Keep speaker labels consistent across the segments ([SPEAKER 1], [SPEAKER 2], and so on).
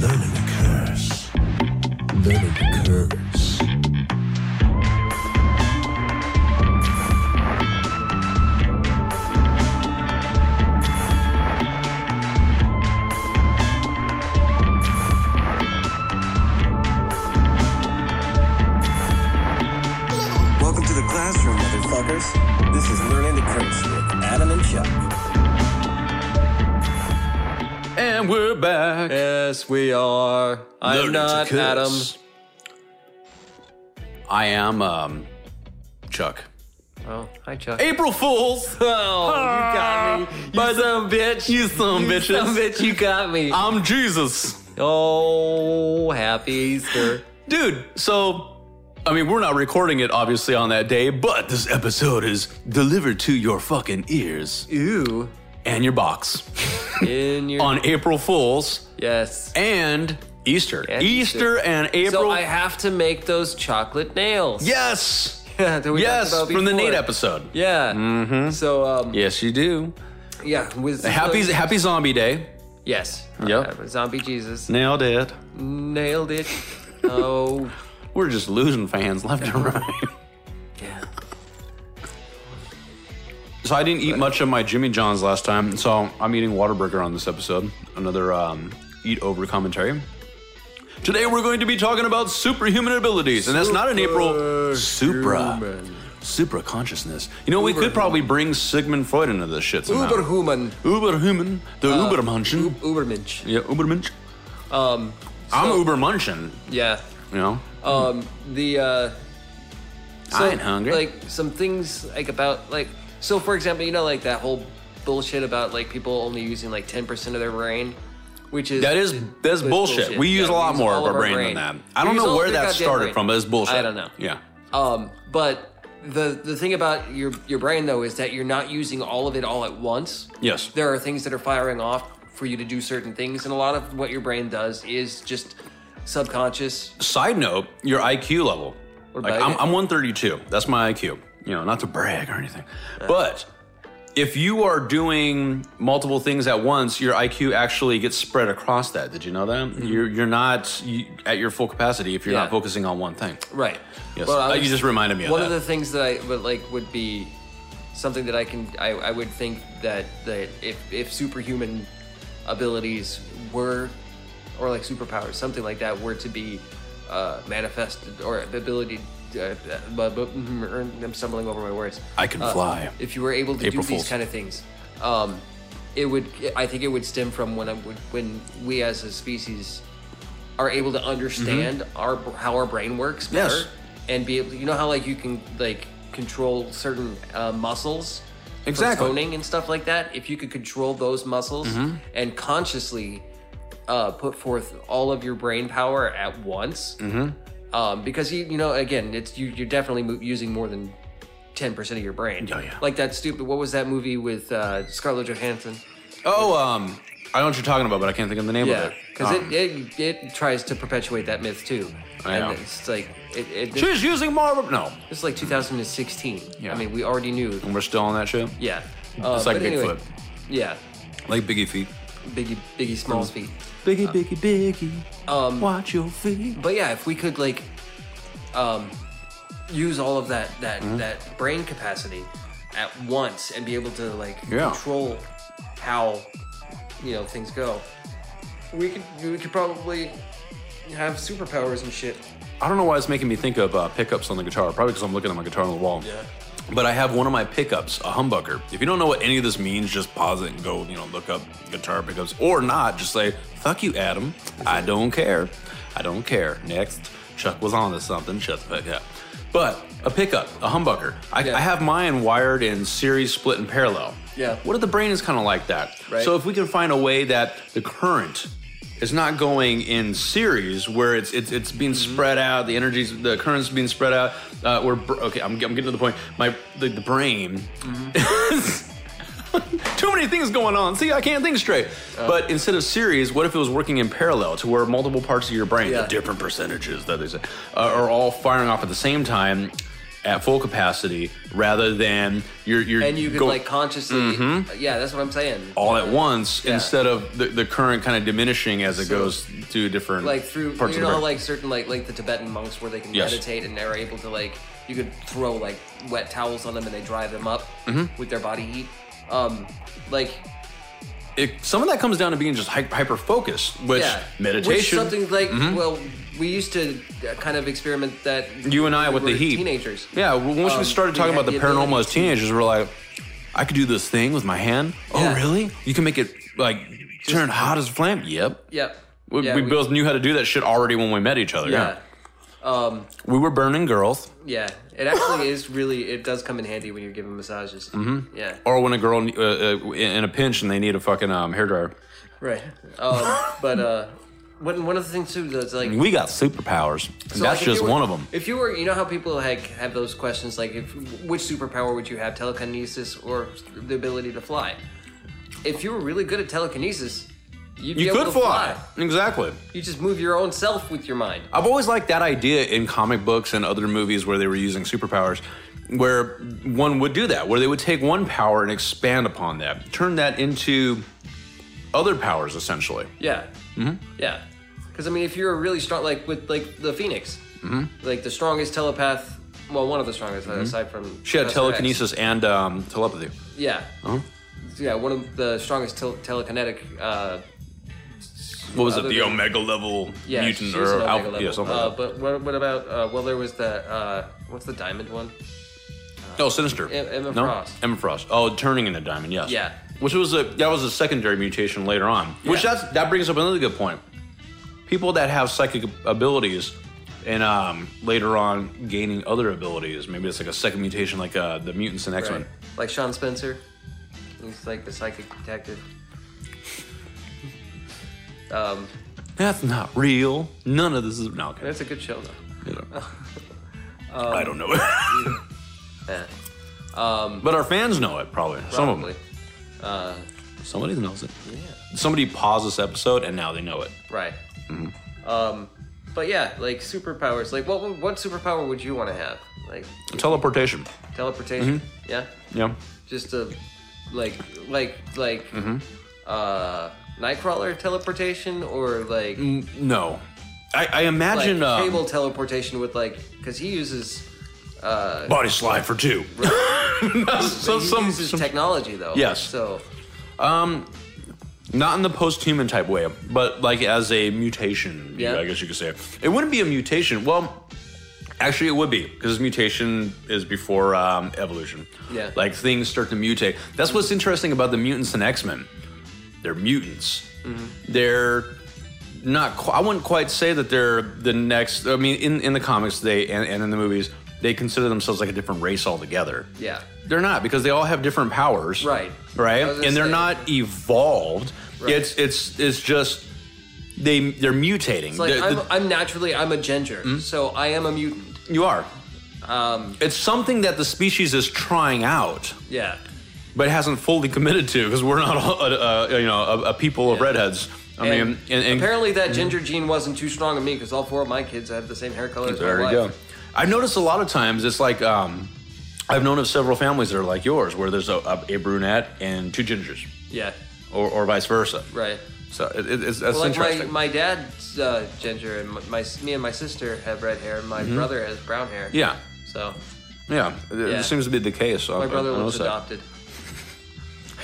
[SPEAKER 1] Learning occurs. Learning occurs.
[SPEAKER 2] Welcome to the classroom, motherfuckers. This is Learning to Curse with Adam and Chuck.
[SPEAKER 3] And we're back.
[SPEAKER 4] Yes, we are. I'm
[SPEAKER 3] Learning to
[SPEAKER 4] not
[SPEAKER 3] curse.
[SPEAKER 4] Adam.
[SPEAKER 3] I am um Chuck.
[SPEAKER 4] Oh, hi, Chuck.
[SPEAKER 3] April Fools!
[SPEAKER 4] Oh, you got me. You
[SPEAKER 3] By
[SPEAKER 4] some bitch.
[SPEAKER 3] Ah, you some bitches. Ah.
[SPEAKER 4] Some bitch, you got me.
[SPEAKER 3] I'm Jesus.
[SPEAKER 4] Oh, happy Easter.
[SPEAKER 3] Dude, so I mean we're not recording it obviously on that day, but this episode is delivered to your fucking ears
[SPEAKER 4] Ooh.
[SPEAKER 3] and your box
[SPEAKER 4] In your.
[SPEAKER 3] on April Fools
[SPEAKER 4] Yes.
[SPEAKER 3] and Easter.
[SPEAKER 4] And
[SPEAKER 3] Easter
[SPEAKER 4] Easter.
[SPEAKER 3] and April.
[SPEAKER 4] So I have to make those chocolate nails.
[SPEAKER 3] yes.
[SPEAKER 4] Yeah, that we talked
[SPEAKER 3] yes,
[SPEAKER 4] about
[SPEAKER 3] from the
[SPEAKER 4] before.
[SPEAKER 3] Nate episode.
[SPEAKER 4] Yeah. Mm-hmm. So, um, yeah.
[SPEAKER 3] Yes, you do.
[SPEAKER 4] with
[SPEAKER 3] Happy Happy Zombie Day.
[SPEAKER 4] Yes.
[SPEAKER 3] Yep.
[SPEAKER 4] Uh, zombie Jesus.
[SPEAKER 3] Nailed it.
[SPEAKER 4] Nailed it. Oh,
[SPEAKER 3] We're just losing fans left and right.
[SPEAKER 4] yeah.
[SPEAKER 3] So I didn't eat much of my Jimmy John's last time, so I'm eating Whataburger on this episode. Another um, eat over commentary. Today we're going to be talking about superhuman abilities, and that's not an April supra supra consciousness. You know, we could probably bring Sigmund Freud into this shit somehow.
[SPEAKER 4] Uberhuman.
[SPEAKER 3] Uberhuman, the Ubermenschen.
[SPEAKER 4] Ubermensch.
[SPEAKER 3] yeah, Ubermensch.
[SPEAKER 4] Um,
[SPEAKER 3] I'm Ubermenschen.
[SPEAKER 4] yeah.
[SPEAKER 3] You know,
[SPEAKER 4] um the uh
[SPEAKER 3] I ain't hungry.
[SPEAKER 4] like some things like about like so for example you know like that whole bullshit about like people only using like 10% of their brain which is
[SPEAKER 3] That is that's
[SPEAKER 4] is
[SPEAKER 3] bullshit. We
[SPEAKER 4] Yeah,
[SPEAKER 3] use a lot more
[SPEAKER 4] all
[SPEAKER 3] of our brain, than that. I
[SPEAKER 4] We
[SPEAKER 3] don't
[SPEAKER 4] use
[SPEAKER 3] know
[SPEAKER 4] all
[SPEAKER 3] where
[SPEAKER 4] of
[SPEAKER 3] that
[SPEAKER 4] our goddamn
[SPEAKER 3] started
[SPEAKER 4] brain.
[SPEAKER 3] from, but it's bullshit.
[SPEAKER 4] I don't know.
[SPEAKER 3] Yeah.
[SPEAKER 4] Um, but the the thing about your your brain though is that you're not using all of it all at once.
[SPEAKER 3] Yes.
[SPEAKER 4] There are things that are firing off for you to do certain things, and a lot of what your brain does is just subconscious.
[SPEAKER 3] Side note, your IQ level.
[SPEAKER 4] What
[SPEAKER 3] Like
[SPEAKER 4] about
[SPEAKER 3] I'm,
[SPEAKER 4] it?
[SPEAKER 3] I'm 132. That's my IQ. You know, not to brag or anything. But if you are doing multiple things at once, your IQ actually gets spread across that. Did you know that? You're you're not you, at your full capacity if you're
[SPEAKER 4] Mm-hmm. Yeah.
[SPEAKER 3] not focusing on one thing.
[SPEAKER 4] Right.
[SPEAKER 3] Yes.
[SPEAKER 4] I
[SPEAKER 3] Uh, you just reminded me of
[SPEAKER 4] one
[SPEAKER 3] that.
[SPEAKER 4] of the things that I would like would be something that I can I, I would think that that if if superhuman abilities were or like superpowers something like that were to be uh, manifested or the ability uh, but, but, I'm stumbling over my words. Uh,
[SPEAKER 3] I can fly.
[SPEAKER 4] If you were able to
[SPEAKER 3] April
[SPEAKER 4] do these
[SPEAKER 3] Fools.
[SPEAKER 4] kind of things, um, it would. I think it would stem from when I would, when we as a species are able to understand our how our brain works
[SPEAKER 3] Mm-hmm. Yes.
[SPEAKER 4] better and be able. You know how like you can like control certain uh, muscles. for
[SPEAKER 3] Exactly. Mm-hmm.
[SPEAKER 4] toning and stuff like that. If you could control those muscles and consciously uh, put forth all of your brain power at once,
[SPEAKER 3] Mm-hmm.
[SPEAKER 4] um, because you you know again it's you you're definitely mo- using more than ten percent of your brain.
[SPEAKER 3] Oh, Yeah, yeah.
[SPEAKER 4] Like that stupid. What was that movie with uh, Scarlett Johansson?
[SPEAKER 3] Oh, um, I know what you're talking about, but I can't think of the name
[SPEAKER 4] Yeah,
[SPEAKER 3] of it.
[SPEAKER 4] because
[SPEAKER 3] Um,
[SPEAKER 4] it, it it tries to perpetuate that myth too.
[SPEAKER 3] I
[SPEAKER 4] and
[SPEAKER 3] know.
[SPEAKER 4] It's like it, it,
[SPEAKER 3] she's using more. of- No,
[SPEAKER 4] it's like 2016.
[SPEAKER 3] Yeah.
[SPEAKER 4] I mean, we already knew.
[SPEAKER 3] and we're still on that shit.
[SPEAKER 4] Yeah. Uh,
[SPEAKER 3] It's like
[SPEAKER 4] but anyway,
[SPEAKER 3] Bigfoot.
[SPEAKER 4] yeah.
[SPEAKER 3] Like Biggie feet.
[SPEAKER 4] Biggie Biggie Smalls
[SPEAKER 3] Hmm.
[SPEAKER 4] feet.
[SPEAKER 3] Biggie, biggie, biggie. Um, Watch your feet.
[SPEAKER 4] But yeah, if we could like um use all of that that
[SPEAKER 3] Hmm.
[SPEAKER 4] that brain capacity at once and be able to like
[SPEAKER 3] Yeah.
[SPEAKER 4] control how you know things go, we could we could probably have superpowers and shit.
[SPEAKER 3] I don't know why it's making me think of uh, pickups on the guitar. Probably because I'm looking at my guitar on the wall.
[SPEAKER 4] Yeah.
[SPEAKER 3] But I have one of my pickups, a humbucker. If you don't know what any of this means, just pause it and go, you know, look up guitar pickups or not. Just say, fuck you, Adam. I don't care. I don't care. Next. Chuck was on to something. Shut the fuck up. But a pickup, a humbucker. I,
[SPEAKER 4] Yeah.
[SPEAKER 3] I have mine wired in series, split, and parallel.
[SPEAKER 4] Yeah.
[SPEAKER 3] What if the brain is kind of like that?
[SPEAKER 4] Right.
[SPEAKER 3] So if we can find a way that the current is not going in series where it's it's, it's being
[SPEAKER 4] Mm-hmm.
[SPEAKER 3] spread out, the energies, the currents being spread out. Uh, where br- okay, I'm, I'm getting to the point. My the, the brain.
[SPEAKER 4] Mm-hmm.
[SPEAKER 3] Too many things going on. See, I can't think straight.
[SPEAKER 4] Oh.
[SPEAKER 3] but instead of series, what if it was working in parallel to where multiple parts of your brain,
[SPEAKER 4] Yeah.
[SPEAKER 3] the different percentages that they say, uh, are all firing off at the same time, at full capacity rather than you're you're
[SPEAKER 4] and you could
[SPEAKER 3] go- Mm-hmm.
[SPEAKER 4] like consciously. uh, Yeah, that's what I'm saying.
[SPEAKER 3] all at once
[SPEAKER 4] Yeah.
[SPEAKER 3] instead of the, the current kind of diminishing as it
[SPEAKER 4] So,
[SPEAKER 3] goes to different
[SPEAKER 4] like through
[SPEAKER 3] parts
[SPEAKER 4] you
[SPEAKER 3] of the
[SPEAKER 4] know how,
[SPEAKER 3] brain.
[SPEAKER 4] like certain like like the Tibetan monks where they can
[SPEAKER 3] Yes.
[SPEAKER 4] meditate and they're able to like you could throw like wet towels on them and they dry them up
[SPEAKER 3] Mm-hmm.
[SPEAKER 4] with their body heat. Um, like
[SPEAKER 3] it, some of that comes down to being just hyper focused, which
[SPEAKER 4] yeah, Which
[SPEAKER 3] meditation. Mm-hmm.
[SPEAKER 4] something like well, we used to uh, kind of experiment that
[SPEAKER 3] you and
[SPEAKER 4] when
[SPEAKER 3] I
[SPEAKER 4] we
[SPEAKER 3] with
[SPEAKER 4] were
[SPEAKER 3] the heat.
[SPEAKER 4] teenagers.
[SPEAKER 3] Yeah, well, once we
[SPEAKER 4] Um,
[SPEAKER 3] started
[SPEAKER 4] we
[SPEAKER 3] talking
[SPEAKER 4] had
[SPEAKER 3] about the,
[SPEAKER 4] the
[SPEAKER 3] paranormal
[SPEAKER 4] ability
[SPEAKER 3] as teenagers, we're like, I could do this thing with my hand. Oh,
[SPEAKER 4] Yeah.
[SPEAKER 3] really? You can make it like turn hot as a flame. Yep.
[SPEAKER 4] Yep.
[SPEAKER 3] We,
[SPEAKER 4] yeah,
[SPEAKER 3] we both knew how to do that shit already when we met each other. Yeah.
[SPEAKER 4] Yeah. Um,
[SPEAKER 3] We were burning girls,
[SPEAKER 4] yeah. It actually is really. It does come in handy when you're giving massages. Mm-hmm. Yeah.
[SPEAKER 3] or when a girl uh, uh, in a pinch and they need a fucking um, hairdryer.
[SPEAKER 4] Right. Um, but uh, one one of the things too that's like
[SPEAKER 3] We got superpowers. and That's
[SPEAKER 4] So, like, if
[SPEAKER 3] just
[SPEAKER 4] you were-
[SPEAKER 3] one of them.
[SPEAKER 4] If you were, you know how people like have those questions, like if which superpower would you have, telekinesis or the ability to fly? If you were really good at telekinesis, you'd be
[SPEAKER 3] You
[SPEAKER 4] able
[SPEAKER 3] could
[SPEAKER 4] to
[SPEAKER 3] fly. Exactly.
[SPEAKER 4] You just move your own self with your mind.
[SPEAKER 3] I've always liked that idea in comic books and other movies where they were using superpowers, where one would do that, where they would take one power and expand upon that, turn that into other powers essentially.
[SPEAKER 4] Yeah. Mm-hmm. Yeah. Because I mean, if you're a really strong, like with like the Phoenix, mm-hmm. like the strongest telepath, well, one of the strongest aside from
[SPEAKER 3] Mm-hmm. She had
[SPEAKER 4] Professor X.
[SPEAKER 3] telekinesis Uh-huh. and um, telepathy.
[SPEAKER 4] Yeah. Yeah, one of the strongest tel- telekinetic uh,
[SPEAKER 3] What was it?
[SPEAKER 4] Other
[SPEAKER 3] The
[SPEAKER 4] than-
[SPEAKER 3] Omega level
[SPEAKER 4] yeah,
[SPEAKER 3] mutant
[SPEAKER 4] she was
[SPEAKER 3] or
[SPEAKER 4] an Omega
[SPEAKER 3] alpha?
[SPEAKER 4] level.
[SPEAKER 3] Yeah, something.
[SPEAKER 4] uh,
[SPEAKER 3] like
[SPEAKER 4] But what, what about uh, well, there was the uh, what's the diamond one?
[SPEAKER 3] that. No, Oh, Sinister.
[SPEAKER 4] Em- E- Emma
[SPEAKER 3] no?
[SPEAKER 4] Frost.
[SPEAKER 3] Emma Frost. Oh, turning into diamond. Yes.
[SPEAKER 4] Yeah.
[SPEAKER 3] Which was a that was a secondary mutation later on. Which
[SPEAKER 4] Yeah.
[SPEAKER 3] that's that brings up another good point. People that have psychic abilities and um, later on gaining other abilities. Maybe it's like a second mutation, like uh, the mutants in X Men.
[SPEAKER 4] Right. Like Sean Spencer, he's like the psychic detective. Um,
[SPEAKER 3] That's not real. None of this is no. Okay.
[SPEAKER 4] that's Um, a good show though.
[SPEAKER 3] You know. I don't know it,
[SPEAKER 4] Yeah,
[SPEAKER 3] but our fans know it probably. Some of
[SPEAKER 4] probably.
[SPEAKER 3] them. Somebody knows it. Somebody paused this episode and now they know it.
[SPEAKER 4] Right.
[SPEAKER 3] Mm-hmm.
[SPEAKER 4] Um, but yeah, like superpowers. Like, what what superpower would you want to have? Like
[SPEAKER 3] Teleportation.
[SPEAKER 4] teleportation?
[SPEAKER 3] Mm-hmm.
[SPEAKER 4] Yeah.
[SPEAKER 3] Yeah.
[SPEAKER 4] Just to, like, like, like,
[SPEAKER 3] Mm-hmm.
[SPEAKER 4] uh, Nightcrawler teleportation or like.
[SPEAKER 3] N- No. I, I imagine
[SPEAKER 4] like,
[SPEAKER 3] um,
[SPEAKER 4] cable teleportation with like because he uses uh,
[SPEAKER 3] body slide for two. so,
[SPEAKER 4] he
[SPEAKER 3] some,
[SPEAKER 4] uses technology though.
[SPEAKER 3] Yes.
[SPEAKER 4] So
[SPEAKER 3] not in the post-human type way, but like as a mutation.
[SPEAKER 4] Yeah.
[SPEAKER 3] I guess you could say it wouldn't be a mutation. Well, actually, it would be because mutation is before um, evolution.
[SPEAKER 4] Yeah.
[SPEAKER 3] like things start to mutate. That's what's interesting about the mutants and X Men. They're mutants.
[SPEAKER 4] Mm-hmm.
[SPEAKER 3] They're not. Qu- I wouldn't quite say that they're the next. I mean, in in the comics, they and, and in the movies, they consider themselves like a different race altogether.
[SPEAKER 4] yeah,
[SPEAKER 3] They're not because they all have different powers.
[SPEAKER 4] Right.
[SPEAKER 3] Right.
[SPEAKER 4] I was
[SPEAKER 3] And
[SPEAKER 4] gonna
[SPEAKER 3] they're
[SPEAKER 4] say-
[SPEAKER 3] not evolved.
[SPEAKER 4] Right.
[SPEAKER 3] It's it's it's just they they're mutating.
[SPEAKER 4] it's like
[SPEAKER 3] The-
[SPEAKER 4] I'm,
[SPEAKER 3] the- Hmm?
[SPEAKER 4] I'm naturally I'm a ginger, so I am a mutant.
[SPEAKER 3] you are.
[SPEAKER 4] Um.
[SPEAKER 3] it's something that the species is trying out,
[SPEAKER 4] Yeah.
[SPEAKER 3] but hasn't fully committed to because we're not all, uh, uh, you know a, a people of
[SPEAKER 4] Yeah.
[SPEAKER 3] redheads. I
[SPEAKER 4] And
[SPEAKER 3] mean, and, hmm? and
[SPEAKER 4] apparently that ginger gene wasn't too strong on me because all four of my kids have the same hair color as
[SPEAKER 3] There
[SPEAKER 4] my
[SPEAKER 3] you
[SPEAKER 4] wife.
[SPEAKER 3] go. I've noticed a lot of times it's like um, I've known of several families that are like yours, where there's a, a, a brunette and two gingers,
[SPEAKER 4] Yeah.
[SPEAKER 3] or, or vice versa.
[SPEAKER 4] Right.
[SPEAKER 3] So it, it, it's that's
[SPEAKER 4] Well, like my,
[SPEAKER 3] interesting.
[SPEAKER 4] my dad's uh, ginger and my, my me and my sister have red hair and my brother has brown hair.
[SPEAKER 3] Mm-hmm. yeah,
[SPEAKER 4] So
[SPEAKER 3] yeah. It- It
[SPEAKER 4] Yeah.
[SPEAKER 3] seems to be the case.
[SPEAKER 4] my brother looks adopted.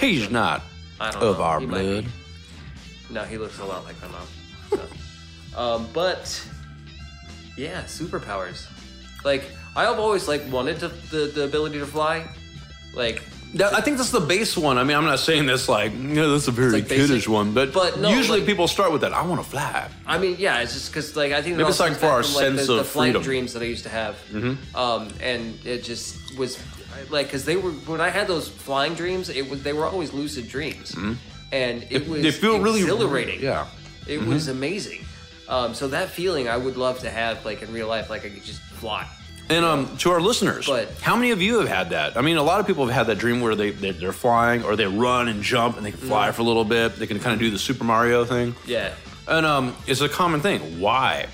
[SPEAKER 3] He's not
[SPEAKER 4] I don't
[SPEAKER 3] of
[SPEAKER 4] know.
[SPEAKER 3] our
[SPEAKER 4] He might
[SPEAKER 3] blood.
[SPEAKER 4] be. No, he looks a lot like my mom. So. um, but yeah, superpowers. Like I've always like wanted to, the the ability to fly. Like
[SPEAKER 3] That- I think that's the base one. I mean, I'm not saying this like you know, that's a very
[SPEAKER 4] like basic,
[SPEAKER 3] kiddish one, but,
[SPEAKER 4] but no,
[SPEAKER 3] usually
[SPEAKER 4] like-
[SPEAKER 3] people start with that. I want to fly.
[SPEAKER 4] I mean, yeah, it's just because like I think it
[SPEAKER 3] Maybe
[SPEAKER 4] all
[SPEAKER 3] it's, like,
[SPEAKER 4] stems
[SPEAKER 3] for
[SPEAKER 4] back
[SPEAKER 3] our
[SPEAKER 4] from,
[SPEAKER 3] sense
[SPEAKER 4] the,
[SPEAKER 3] of
[SPEAKER 4] the flight
[SPEAKER 3] freedom. Mm-hmm.
[SPEAKER 4] dreams that I used to have. Um, and it just was like because they were when I had those flying dreams, it was they were always lucid dreams, and it
[SPEAKER 3] Mm-hmm.
[SPEAKER 4] was
[SPEAKER 3] they feel really
[SPEAKER 4] exhilarating.
[SPEAKER 3] Yeah. Mm-hmm.
[SPEAKER 4] It was amazing. Um, so that feeling I would love to have like in real life, like I could just fly.
[SPEAKER 3] And um, to our listeners,
[SPEAKER 4] But-
[SPEAKER 3] how many of you have had that? I mean, a lot of people have had that dream where they, they they're flying or they run and jump and they can
[SPEAKER 4] Mm.
[SPEAKER 3] fly for a little bit. They can kind of do the Super Mario thing,
[SPEAKER 4] Yeah.
[SPEAKER 3] and um, it's a common thing. Why?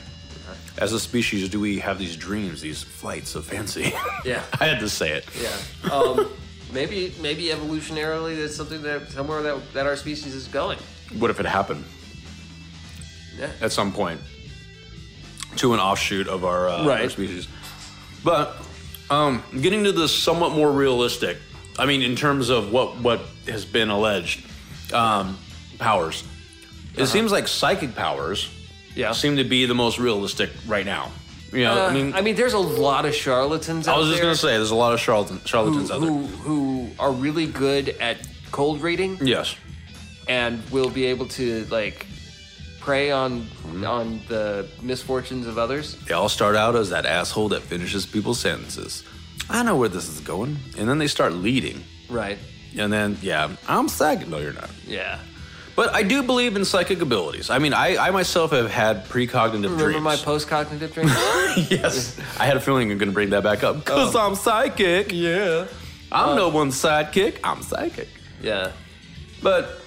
[SPEAKER 3] as a species do we have these dreams, these flights of fancy?
[SPEAKER 4] Yeah.
[SPEAKER 3] I had to say it.
[SPEAKER 4] Yeah. Um, maybe maybe evolutionarily that's something that somewhere that that our species is going.
[SPEAKER 3] What if it happened
[SPEAKER 4] Yeah.
[SPEAKER 3] at some point to an offshoot of our, uh, our
[SPEAKER 4] Right.
[SPEAKER 3] species? But um, getting to this somewhat more realistic, I mean, in terms of what what has been alleged, um, powers.
[SPEAKER 4] Uh-huh.
[SPEAKER 3] It seems like psychic powers
[SPEAKER 4] Yeah.
[SPEAKER 3] seem to be the most realistic right now. You know,
[SPEAKER 4] Uh,
[SPEAKER 3] I mean,
[SPEAKER 4] there's a lot of charlatans.
[SPEAKER 3] I
[SPEAKER 4] out
[SPEAKER 3] was just
[SPEAKER 4] there
[SPEAKER 3] gonna say, there's a lot of charlatan,
[SPEAKER 4] who,
[SPEAKER 3] charlatans out there.
[SPEAKER 4] who who are really good at cold reading
[SPEAKER 3] Yes,
[SPEAKER 4] and will be able to like prey on
[SPEAKER 3] Mm-hmm.
[SPEAKER 4] on the misfortunes of others.
[SPEAKER 3] they all start out as that asshole that finishes people's sentences. I know where this is going, and then they start leading,
[SPEAKER 4] Right.
[SPEAKER 3] and then yeah, I'm psychic. No, you're not.
[SPEAKER 4] Yeah.
[SPEAKER 3] But I do believe in psychic abilities. I mean, I, I myself have had precognitive
[SPEAKER 4] Remember
[SPEAKER 3] dreams.
[SPEAKER 4] my post cognitive dream?
[SPEAKER 3] yes, I had a feeling you're gonna bring that back up because
[SPEAKER 4] Oh.
[SPEAKER 3] I'm psychic. Yeah, I'm
[SPEAKER 4] Uh.
[SPEAKER 3] no one's sidekick. I'm psychic.
[SPEAKER 4] yeah.
[SPEAKER 3] But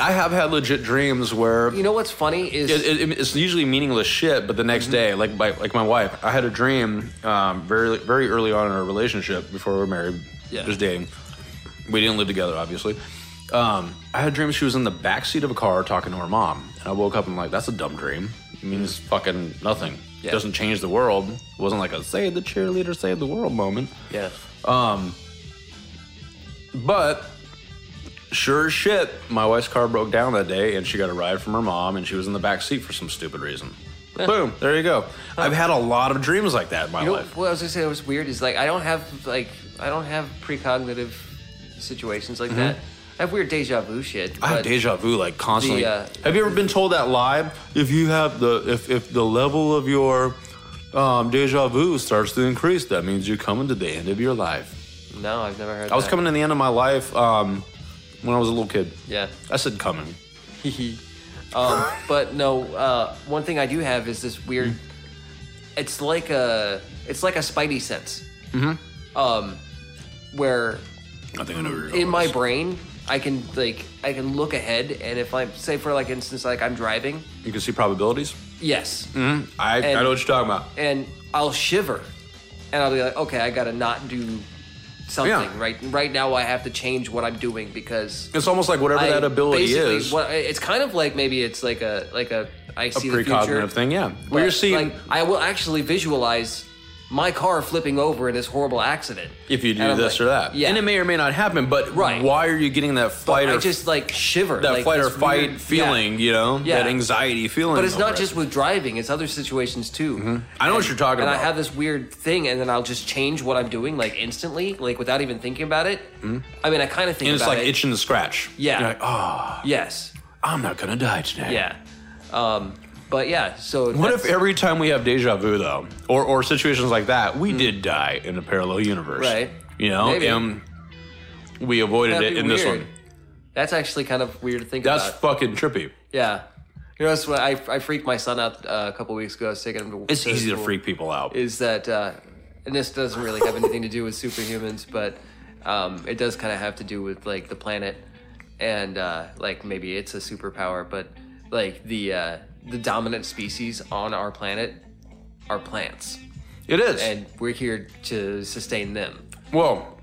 [SPEAKER 3] I have had legit dreams where
[SPEAKER 4] You know what's funny is
[SPEAKER 3] it, it, it's usually meaningless shit. But the next
[SPEAKER 4] Mm-hmm.
[SPEAKER 3] day, like my like my wife, I had a dream um, very very early on in our relationship before we were married,
[SPEAKER 4] Yeah.
[SPEAKER 3] just dating. We didn't live together, obviously. Um, I had a dream she was in the back seat of a car talking to her mom, and I woke up and I'm like, that's a dumb dream. It means fucking nothing.
[SPEAKER 4] Mm-hmm. Yeah.
[SPEAKER 3] Doesn't change the world. It wasn't like a save the cheerleader, save the world moment.
[SPEAKER 4] yeah.
[SPEAKER 3] Um, But sure as shit, my wife's car broke down that day and she got a ride from her mom and she was in the back seat for some stupid reason. Boom, there you go. I've had a lot of dreams like that in my
[SPEAKER 4] You know,
[SPEAKER 3] life.
[SPEAKER 4] what I was gonna say was weird is like I don't have like I don't have precognitive situations like that. I have weird deja vu shit.
[SPEAKER 3] Mm-hmm. I have
[SPEAKER 4] but-
[SPEAKER 3] deja vu like constantly.
[SPEAKER 4] uh,
[SPEAKER 3] have you ever been told that lie? If you have the if if the level of your um, deja vu starts to increase, that means you're coming to the end of your life.
[SPEAKER 4] No, I've never heard.
[SPEAKER 3] I was
[SPEAKER 4] that.
[SPEAKER 3] coming to the end of my life um, when I was a little kid.
[SPEAKER 4] Yeah.
[SPEAKER 3] I said coming.
[SPEAKER 4] um, but no, uh, one thing I do have is this weird.
[SPEAKER 3] Mm-hmm.
[SPEAKER 4] It's like a it's like a spidey sense. Mm-hmm. Um, where
[SPEAKER 3] I think I know where you're going
[SPEAKER 4] in
[SPEAKER 3] with
[SPEAKER 4] my
[SPEAKER 3] this.
[SPEAKER 4] brain I can like I can look ahead, and if I say for like instance like I'm driving,
[SPEAKER 3] You can see probabilities.
[SPEAKER 4] yes,
[SPEAKER 3] Mm-hmm. I, I
[SPEAKER 4] And-
[SPEAKER 3] know what you're talking about.
[SPEAKER 4] and I'll shiver, and I'll be like, okay, I gotta not do something
[SPEAKER 3] Yeah.
[SPEAKER 4] right right now. I have to change what I'm doing because
[SPEAKER 3] It's almost like whatever
[SPEAKER 4] I
[SPEAKER 3] that ability
[SPEAKER 4] basically-
[SPEAKER 3] is,
[SPEAKER 4] What, it's kind of like maybe it's like a like a I
[SPEAKER 3] a
[SPEAKER 4] see the future
[SPEAKER 3] precognitive thing. Yeah,
[SPEAKER 4] But,
[SPEAKER 3] where you're seeing
[SPEAKER 4] like, I will actually visualize my car flipping over in this horrible accident.
[SPEAKER 3] if you
[SPEAKER 4] And
[SPEAKER 3] do
[SPEAKER 4] I'm
[SPEAKER 3] this
[SPEAKER 4] like-
[SPEAKER 3] or that.
[SPEAKER 4] Yeah.
[SPEAKER 3] and it may or may not happen. But
[SPEAKER 4] Right.
[SPEAKER 3] why are you getting that
[SPEAKER 4] But
[SPEAKER 3] fight or
[SPEAKER 4] I just like shiver.
[SPEAKER 3] that
[SPEAKER 4] like,
[SPEAKER 3] flight or
[SPEAKER 4] this
[SPEAKER 3] fight
[SPEAKER 4] weird-
[SPEAKER 3] feeling?
[SPEAKER 4] yeah.
[SPEAKER 3] You know,
[SPEAKER 4] Yeah.
[SPEAKER 3] that anxiety feeling.
[SPEAKER 4] But it's
[SPEAKER 3] over
[SPEAKER 4] not
[SPEAKER 3] it. Mm-hmm.
[SPEAKER 4] just with driving; it's other situations too.
[SPEAKER 3] I know what you're talking
[SPEAKER 4] and
[SPEAKER 3] about.
[SPEAKER 4] I have this weird thing, and then I'll just change what I'm doing like instantly, like without even thinking about it. I mean, I kind of think
[SPEAKER 3] Hmm? and it's
[SPEAKER 4] about
[SPEAKER 3] like
[SPEAKER 4] it.
[SPEAKER 3] itching to scratch.
[SPEAKER 4] Yeah.
[SPEAKER 3] You're like, oh,
[SPEAKER 4] yes,
[SPEAKER 3] I'm not gonna die today.
[SPEAKER 4] yeah. Um, but yeah, so
[SPEAKER 3] What
[SPEAKER 4] that's-
[SPEAKER 3] if every time we have deja vu though, or or situations like that, we did die in a parallel universe?
[SPEAKER 4] Hmm. Right.
[SPEAKER 3] You know,
[SPEAKER 4] Maybe.
[SPEAKER 3] and we avoided
[SPEAKER 4] That'd
[SPEAKER 3] it
[SPEAKER 4] be
[SPEAKER 3] in this
[SPEAKER 4] weird.
[SPEAKER 3] one.
[SPEAKER 4] That's actually kind of weird to think
[SPEAKER 3] That's
[SPEAKER 4] about.
[SPEAKER 3] fucking trippy.
[SPEAKER 4] Yeah. You know, that's what I, I freaked my son out uh, a couple weeks ago. I was taking him to
[SPEAKER 3] It's easy to
[SPEAKER 4] school,
[SPEAKER 3] freak people out.
[SPEAKER 4] Is that, uh, and this doesn't really have anything to do with superhumans, but um, it does kind of have to do with like the planet and uh, like maybe it's a superpower, but like the uh, the dominant species on our planet are plants,
[SPEAKER 3] it is.
[SPEAKER 4] and we're here to sustain them.
[SPEAKER 3] Well,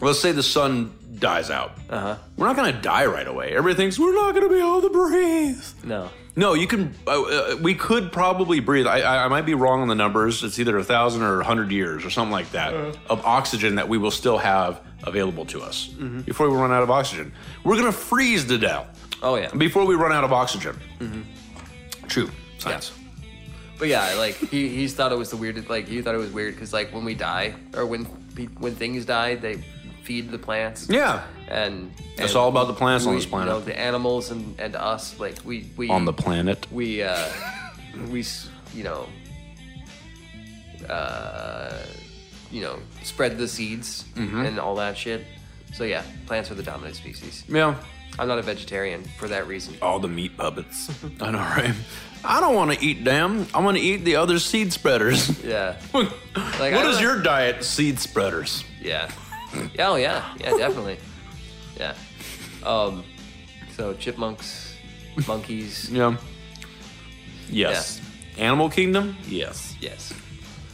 [SPEAKER 3] let's say the sun dies out. Uh-huh. We're not gonna die right away. Everything's we're not gonna be able to breathe.
[SPEAKER 4] No.
[SPEAKER 3] No, you can. Uh, uh, we could probably breathe. I, I I might be wrong on the numbers. It's either a thousand or a hundred years or something like that of oxygen that we will still have available to us before we run out of oxygen. We're gonna freeze to death
[SPEAKER 4] Oh yeah.
[SPEAKER 3] before we run out of oxygen. True science.
[SPEAKER 4] But yeah, like he he's thought it was the weirdest. Like he thought it was weird because like when we die or when pe- when things die, they feed the plants.
[SPEAKER 3] Yeah.
[SPEAKER 4] and
[SPEAKER 3] It's
[SPEAKER 4] and
[SPEAKER 3] all about the plants
[SPEAKER 4] we,
[SPEAKER 3] on this planet.
[SPEAKER 4] You know, the animals and and us. Like we we
[SPEAKER 3] on the planet.
[SPEAKER 4] we uh we s- you know uh you know spread the seeds
[SPEAKER 3] Mm-hmm.
[SPEAKER 4] and all that shit. So yeah, plants are the dominant species.
[SPEAKER 3] Yeah.
[SPEAKER 4] I'm not a vegetarian for that reason.
[SPEAKER 3] all the meat puppets. I know, right? I don't want to eat them. I want to eat the other seed spreaders.
[SPEAKER 4] Yeah,
[SPEAKER 3] What
[SPEAKER 4] I
[SPEAKER 3] what
[SPEAKER 4] don't-
[SPEAKER 3] is your diet, seed spreaders?
[SPEAKER 4] Yeah. Yeah, Oh yeah. Yeah, definitely. Yeah. Um. So chipmunks, monkeys.
[SPEAKER 3] Yeah. Yes. Animal Kingdom? Yes.
[SPEAKER 4] Yes,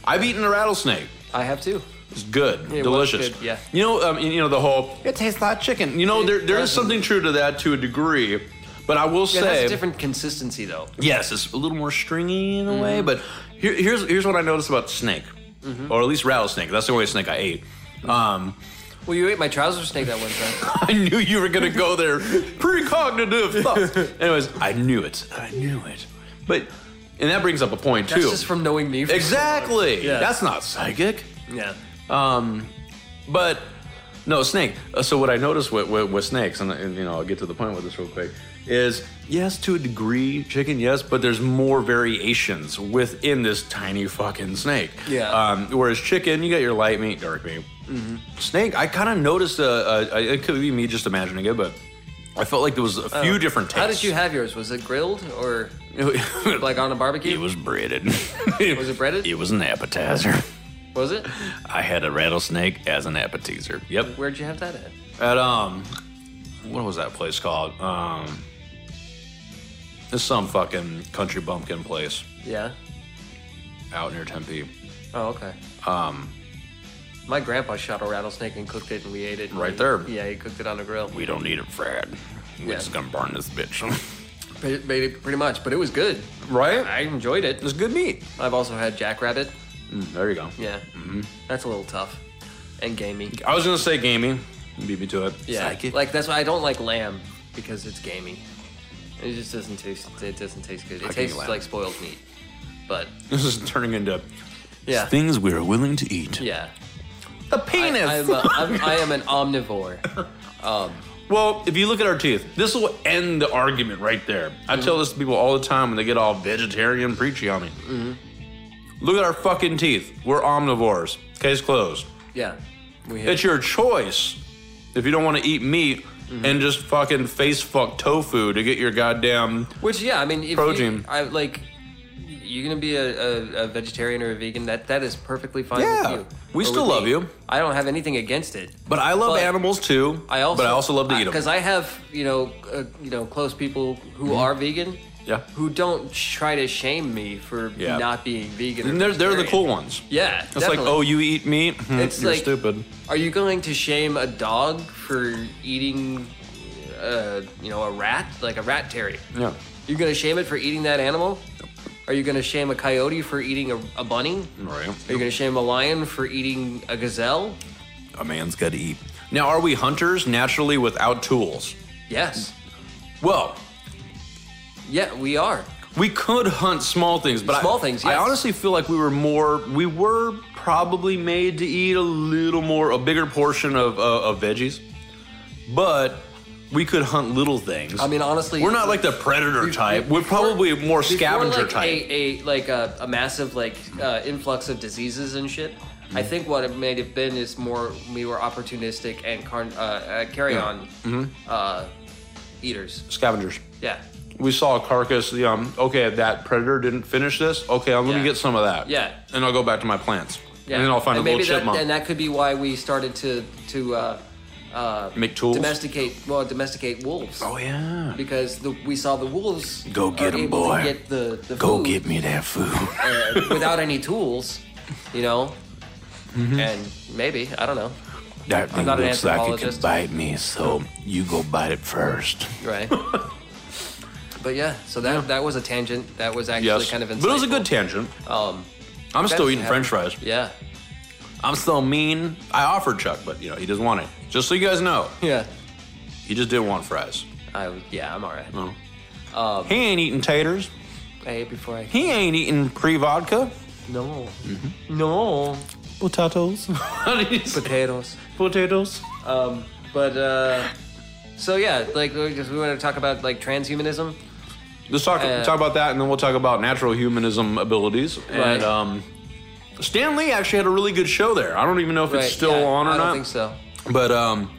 [SPEAKER 3] I've eaten a rattlesnake.
[SPEAKER 4] I have too.
[SPEAKER 3] It's good,
[SPEAKER 4] was
[SPEAKER 3] delicious.
[SPEAKER 4] good, yeah.
[SPEAKER 3] You know, um, you know the whole. It tastes like chicken. You know,
[SPEAKER 4] It
[SPEAKER 3] there, there is
[SPEAKER 4] does.
[SPEAKER 3] something true to that to a degree, but I will
[SPEAKER 4] Yeah,
[SPEAKER 3] say
[SPEAKER 4] that's a different consistency though.
[SPEAKER 3] Yes, it's a little more stringy in a
[SPEAKER 4] Mm-hmm.
[SPEAKER 3] way. But here, here's here's what I noticed about snake, or at least rattlesnake. That's the only snake I ate. Um,
[SPEAKER 4] Well, you ate my trouser snake that one time.
[SPEAKER 3] I knew you were gonna go there. Precognitive thoughts. Anyways, I knew it. I knew it. But and that brings up a point
[SPEAKER 4] That's
[SPEAKER 3] too.
[SPEAKER 4] just from knowing me. for so
[SPEAKER 3] exactly.
[SPEAKER 4] Yeah.
[SPEAKER 3] That's not psychic.
[SPEAKER 4] long. Yeah.
[SPEAKER 3] Um, but no snake. Uh, so what I noticed with, with, with snakes, and, and you know, I'll get to the point with this real quick, is yes, to a degree, chicken, yes, but there's more variations within this tiny fucking snake.
[SPEAKER 4] Yeah.
[SPEAKER 3] Um, whereas chicken, you got your light meat, dark meat.
[SPEAKER 4] Mm-hmm.
[SPEAKER 3] Snake, I kind of noticed. Uh, uh, I- it could be me just imagining it, but I felt like there was a few different tastes.
[SPEAKER 4] Oh. How did you have yours? Was it grilled or
[SPEAKER 3] have
[SPEAKER 4] like on a barbecue?
[SPEAKER 3] It was breaded.
[SPEAKER 4] Was it breaded?
[SPEAKER 3] It was an appetizer.
[SPEAKER 4] Was it?
[SPEAKER 3] I had a rattlesnake as an appetizer. Yep.
[SPEAKER 4] Where'd you have that at?
[SPEAKER 3] at um what was that place called um it's some fucking country bumpkin place
[SPEAKER 4] Yeah.
[SPEAKER 3] out near tempe
[SPEAKER 4] Oh, okay.
[SPEAKER 3] um
[SPEAKER 4] My grandpa shot a rattlesnake and cooked it, and we ate it.
[SPEAKER 3] Right there.
[SPEAKER 4] Yeah, he cooked it on a grill.
[SPEAKER 3] we don't need it fried we're
[SPEAKER 4] Yeah.
[SPEAKER 3] just gonna burn this bitch
[SPEAKER 4] Pretty, pretty- pretty much, but it was good.
[SPEAKER 3] right
[SPEAKER 4] I enjoyed it.
[SPEAKER 3] it's good meat
[SPEAKER 4] I've also had jackrabbit.
[SPEAKER 3] Mm, there you go
[SPEAKER 4] Yeah, mm-hmm. that's a little tough and gamey.
[SPEAKER 3] i was gonna say gamey you beat me to it
[SPEAKER 4] Yeah,
[SPEAKER 3] Psychic.
[SPEAKER 4] like that's why I don't like lamb because it's gamey. It just doesn't taste. It doesn't taste good. It
[SPEAKER 3] can eat
[SPEAKER 4] tastes
[SPEAKER 3] lamb.
[SPEAKER 4] like spoiled meat. But
[SPEAKER 3] this is turning into
[SPEAKER 4] yeah,
[SPEAKER 3] things we're willing to eat
[SPEAKER 4] yeah.
[SPEAKER 3] the
[SPEAKER 4] I,
[SPEAKER 3] penis
[SPEAKER 4] I'm, a, I'm, I am an omnivore.
[SPEAKER 3] Well, if you look at our teeth, this will end the argument right there. I tell this to people all the time when they get all vegetarian preachy on me.
[SPEAKER 4] Mm-hmm.
[SPEAKER 3] Look at our fucking teeth. We're omnivores. Case closed.
[SPEAKER 4] Yeah, we
[SPEAKER 3] It's your choice if you don't want to eat meat
[SPEAKER 4] Mm-hmm.
[SPEAKER 3] and just fucking face fuck tofu to get your goddamn.
[SPEAKER 4] Which yeah, I mean, if
[SPEAKER 3] Protein.
[SPEAKER 4] You, I like. You're gonna be a, a, a vegetarian or a vegan. That that is perfectly fine
[SPEAKER 3] Yeah.
[SPEAKER 4] with you.
[SPEAKER 3] We
[SPEAKER 4] Or
[SPEAKER 3] still
[SPEAKER 4] with
[SPEAKER 3] love
[SPEAKER 4] me.
[SPEAKER 3] you.
[SPEAKER 4] I don't have anything against it.
[SPEAKER 3] But I love
[SPEAKER 4] But
[SPEAKER 3] animals too.
[SPEAKER 4] I also
[SPEAKER 3] but I also love to eat them.
[SPEAKER 4] because I have you know uh, you know close people who are vegan.
[SPEAKER 3] Mm-hmm. Yeah.
[SPEAKER 4] Who don't sh- try to shame me for
[SPEAKER 3] Yeah.
[SPEAKER 4] not being vegan. or
[SPEAKER 3] and they're they're the
[SPEAKER 4] vegetarian.
[SPEAKER 3] cool ones.
[SPEAKER 4] Yeah.
[SPEAKER 3] It's like, oh, you eat meat? Hmm,
[SPEAKER 4] It's
[SPEAKER 3] You're
[SPEAKER 4] like-
[SPEAKER 3] stupid.
[SPEAKER 4] Are you going to shame a dog for eating, uh, you know, a rat like a rat terrier?
[SPEAKER 3] Yeah.
[SPEAKER 4] You're gonna shame it for eating that animal? Are you gonna shame a coyote for eating a, a bunny?
[SPEAKER 3] Right.
[SPEAKER 4] Are you gonna shame a lion for eating a gazelle?
[SPEAKER 3] A man's got to eat. Now, are we hunters naturally without tools?
[SPEAKER 4] Yes.
[SPEAKER 3] Well,
[SPEAKER 4] Yeah, we are.
[SPEAKER 3] we could hunt small things, but
[SPEAKER 4] Small
[SPEAKER 3] I,
[SPEAKER 4] things,
[SPEAKER 3] I
[SPEAKER 4] yes.
[SPEAKER 3] honestly feel like we were more, we were probably made to eat a little more, a bigger portion of uh, of veggies, but we could hunt little things.
[SPEAKER 4] I mean, honestly,
[SPEAKER 3] we're not like the predator
[SPEAKER 4] Be-
[SPEAKER 3] type.
[SPEAKER 4] before-
[SPEAKER 3] we're probably more
[SPEAKER 4] before,
[SPEAKER 3] scavenger
[SPEAKER 4] like,
[SPEAKER 3] type.
[SPEAKER 4] A, a like a, a massive like uh, influx of diseases and shit.
[SPEAKER 3] Mm-hmm.
[SPEAKER 4] I think what it may have been is more we were opportunistic and carn- uh, uh, carry on
[SPEAKER 3] Mm-hmm.
[SPEAKER 4] uh, eaters.
[SPEAKER 3] Scavengers.
[SPEAKER 4] Yeah,
[SPEAKER 3] We saw a carcass. the, Um, okay, that predator didn't finish this. Okay, I'm gonna
[SPEAKER 4] Yeah.
[SPEAKER 3] get some of that.
[SPEAKER 4] Yeah.
[SPEAKER 3] and I'll go back to my plants.
[SPEAKER 4] yeah.
[SPEAKER 3] and then I'll find a
[SPEAKER 4] maybe
[SPEAKER 3] little
[SPEAKER 4] that-
[SPEAKER 3] chipmunk.
[SPEAKER 4] and that could be why we started to to uh, uh,
[SPEAKER 3] Make tools?
[SPEAKER 4] domesticate well domesticate wolves.
[SPEAKER 3] oh yeah.
[SPEAKER 4] Because the, we saw the wolves
[SPEAKER 1] Go
[SPEAKER 4] are
[SPEAKER 1] get 'em,
[SPEAKER 4] able to
[SPEAKER 1] boy.
[SPEAKER 4] Get the, the
[SPEAKER 1] Go
[SPEAKER 4] food.
[SPEAKER 1] get me that food.
[SPEAKER 4] uh, without any tools, you know.
[SPEAKER 3] Mm-hmm.
[SPEAKER 4] And maybe I don't know,
[SPEAKER 1] That thing
[SPEAKER 4] not an
[SPEAKER 1] looks like it could
[SPEAKER 4] anthropologist.
[SPEAKER 1] bite me, so you go bite it first.
[SPEAKER 4] right? but yeah, so that that was a tangent. That was actually
[SPEAKER 3] Yes,
[SPEAKER 4] kind of insightful.
[SPEAKER 3] but it was a good tangent.
[SPEAKER 4] Um,
[SPEAKER 3] I'm still
[SPEAKER 4] that's
[SPEAKER 3] eating
[SPEAKER 4] happened.
[SPEAKER 3] French fries.
[SPEAKER 4] yeah,
[SPEAKER 3] I'm still mean. I offered Chuck, but you know he doesn't want it. Just so you guys know,
[SPEAKER 4] yeah.
[SPEAKER 3] he just didn't want fries.
[SPEAKER 4] I was- yeah, I'm all right.
[SPEAKER 3] No. he ain't eating taters.
[SPEAKER 4] I ate before I
[SPEAKER 3] He ain't eating pre vodka.
[SPEAKER 4] no
[SPEAKER 3] Mm-hmm.
[SPEAKER 4] no
[SPEAKER 3] Potatoes.
[SPEAKER 4] potatoes.
[SPEAKER 3] Potatoes.
[SPEAKER 4] Um, but uh, so yeah, like we just- we want to talk about like transhumanism.
[SPEAKER 3] Let's talk
[SPEAKER 4] Uh,
[SPEAKER 3] talk about that, and then we'll talk about natural humanism abilities.
[SPEAKER 4] Right.
[SPEAKER 3] And um, Stan Lee actually had a really good show there. I don't even know if
[SPEAKER 4] Right,
[SPEAKER 3] it's still
[SPEAKER 4] yeah,
[SPEAKER 3] on or
[SPEAKER 4] I
[SPEAKER 3] not.
[SPEAKER 4] don't think so.
[SPEAKER 3] But um,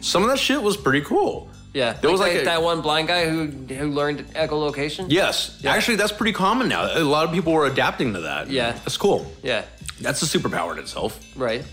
[SPEAKER 3] some of that shit was pretty cool.
[SPEAKER 4] Yeah,
[SPEAKER 3] There was like
[SPEAKER 4] that-
[SPEAKER 3] a-
[SPEAKER 4] that one blind guy who who learned echolocation.
[SPEAKER 3] Yes, actually, that's pretty common now. A lot of people are adapting to that.
[SPEAKER 4] Yeah.
[SPEAKER 3] that's cool.
[SPEAKER 4] yeah,
[SPEAKER 3] That's a superpower in itself.
[SPEAKER 4] right.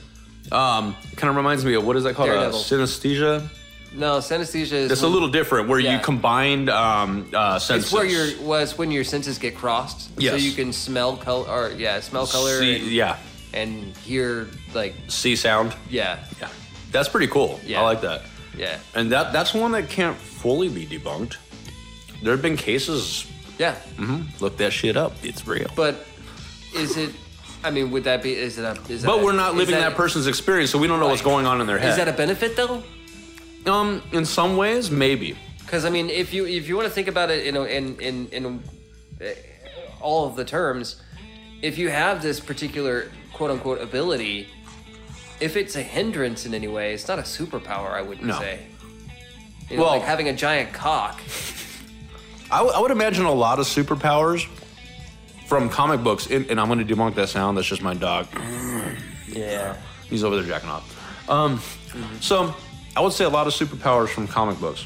[SPEAKER 3] Um, kind of reminds me of what is that called? Uh,
[SPEAKER 4] Daredevil.
[SPEAKER 3] synesthesia.
[SPEAKER 4] No, synesthesia is
[SPEAKER 3] It's a
[SPEAKER 4] when-
[SPEAKER 3] little different where
[SPEAKER 4] Yeah.
[SPEAKER 3] you combined um, uh, senses.
[SPEAKER 4] It's where your was when your senses get crossed. So
[SPEAKER 3] Yes.
[SPEAKER 4] you can smell color, or yeah, smell color,
[SPEAKER 3] See-
[SPEAKER 4] and,
[SPEAKER 3] yeah,
[SPEAKER 4] and hear like
[SPEAKER 3] see sound.
[SPEAKER 4] yeah,
[SPEAKER 3] Yeah, that's pretty cool.
[SPEAKER 4] Yeah.
[SPEAKER 3] I like that.
[SPEAKER 4] yeah,
[SPEAKER 3] And that that's one that can't fully be debunked. There have been cases. hmm,
[SPEAKER 4] yeah.
[SPEAKER 3] Look that shit up. It's real. But,
[SPEAKER 4] But is it? I mean, would that be? Is it a? Is that a-
[SPEAKER 3] we're not
[SPEAKER 4] is
[SPEAKER 3] living that, person's experience, so we don't know what's
[SPEAKER 4] Right.
[SPEAKER 3] going on in their head.
[SPEAKER 4] Is that a benefit though?
[SPEAKER 3] um, in some ways, maybe.
[SPEAKER 4] Because I mean, if you if you want to think about it, you know, in in in uh, all of the terms, if you have this particular quote unquote ability, if it's a hindrance in any way, it's not a superpower. I wouldn't
[SPEAKER 3] No.
[SPEAKER 4] say. You know,
[SPEAKER 3] Well-
[SPEAKER 4] like having a giant cock.
[SPEAKER 3] I, w- I would imagine a lot of superpowers from comic books, and, and I'm going to debunk that sound. That's just my dog.
[SPEAKER 4] Yeah.
[SPEAKER 3] He's over there jacking off. Um, So I would say a lot of superpowers from comic books.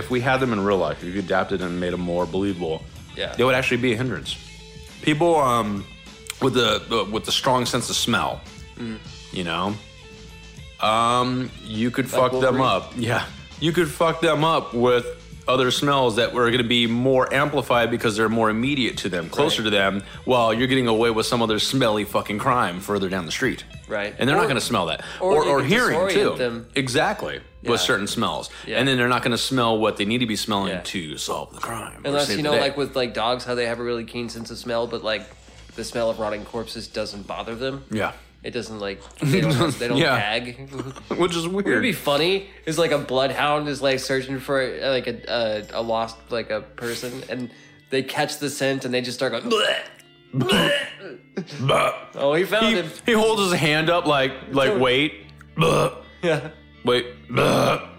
[SPEAKER 3] If we had them in real life, if you adapted and made them more believable,
[SPEAKER 4] Yeah.
[SPEAKER 3] they would actually be a hindrance. People um, with the, the with the strong sense of smell,
[SPEAKER 4] Mm.
[SPEAKER 3] you know, um, you could fuck them
[SPEAKER 4] Wolverine?
[SPEAKER 3] up. Yeah, you could fuck them up with other smells that were going to be more amplified because they're more immediate to them, closer
[SPEAKER 4] Right.
[SPEAKER 3] to them, while you're getting away with some other smelly fucking crime further down the street.
[SPEAKER 4] Right.
[SPEAKER 3] And they're
[SPEAKER 4] Or-
[SPEAKER 3] not going to smell that.
[SPEAKER 4] or
[SPEAKER 3] Or,
[SPEAKER 4] you
[SPEAKER 3] or,
[SPEAKER 4] can
[SPEAKER 3] hearing,
[SPEAKER 4] disorient
[SPEAKER 3] too.
[SPEAKER 4] them.
[SPEAKER 3] Exactly.
[SPEAKER 4] Yeah.
[SPEAKER 3] With certain smells.
[SPEAKER 4] Yeah.
[SPEAKER 3] And then they're not going to smell what they need to be smelling
[SPEAKER 4] Yeah.
[SPEAKER 3] to solve the crime. or
[SPEAKER 4] Unless
[SPEAKER 3] save
[SPEAKER 4] you
[SPEAKER 3] the
[SPEAKER 4] know,
[SPEAKER 3] day.
[SPEAKER 4] like with like dogs, how they have a really keen sense of smell, but like the smell of rotting corpses doesn't bother them.
[SPEAKER 3] Yeah.
[SPEAKER 4] It doesn't like they don't, they don't
[SPEAKER 3] Yeah.
[SPEAKER 4] gag.
[SPEAKER 3] Which is weird.
[SPEAKER 4] It'd be funny is like a bloodhound is like searching for uh, like a a, a lost like a person, and they catch the scent and they just start going. Bleh! Bleh! oh, he found
[SPEAKER 3] he,
[SPEAKER 4] him.
[SPEAKER 3] he holds his hand up like, like wait. Blah.
[SPEAKER 4] Yeah,
[SPEAKER 3] Wait. Blah.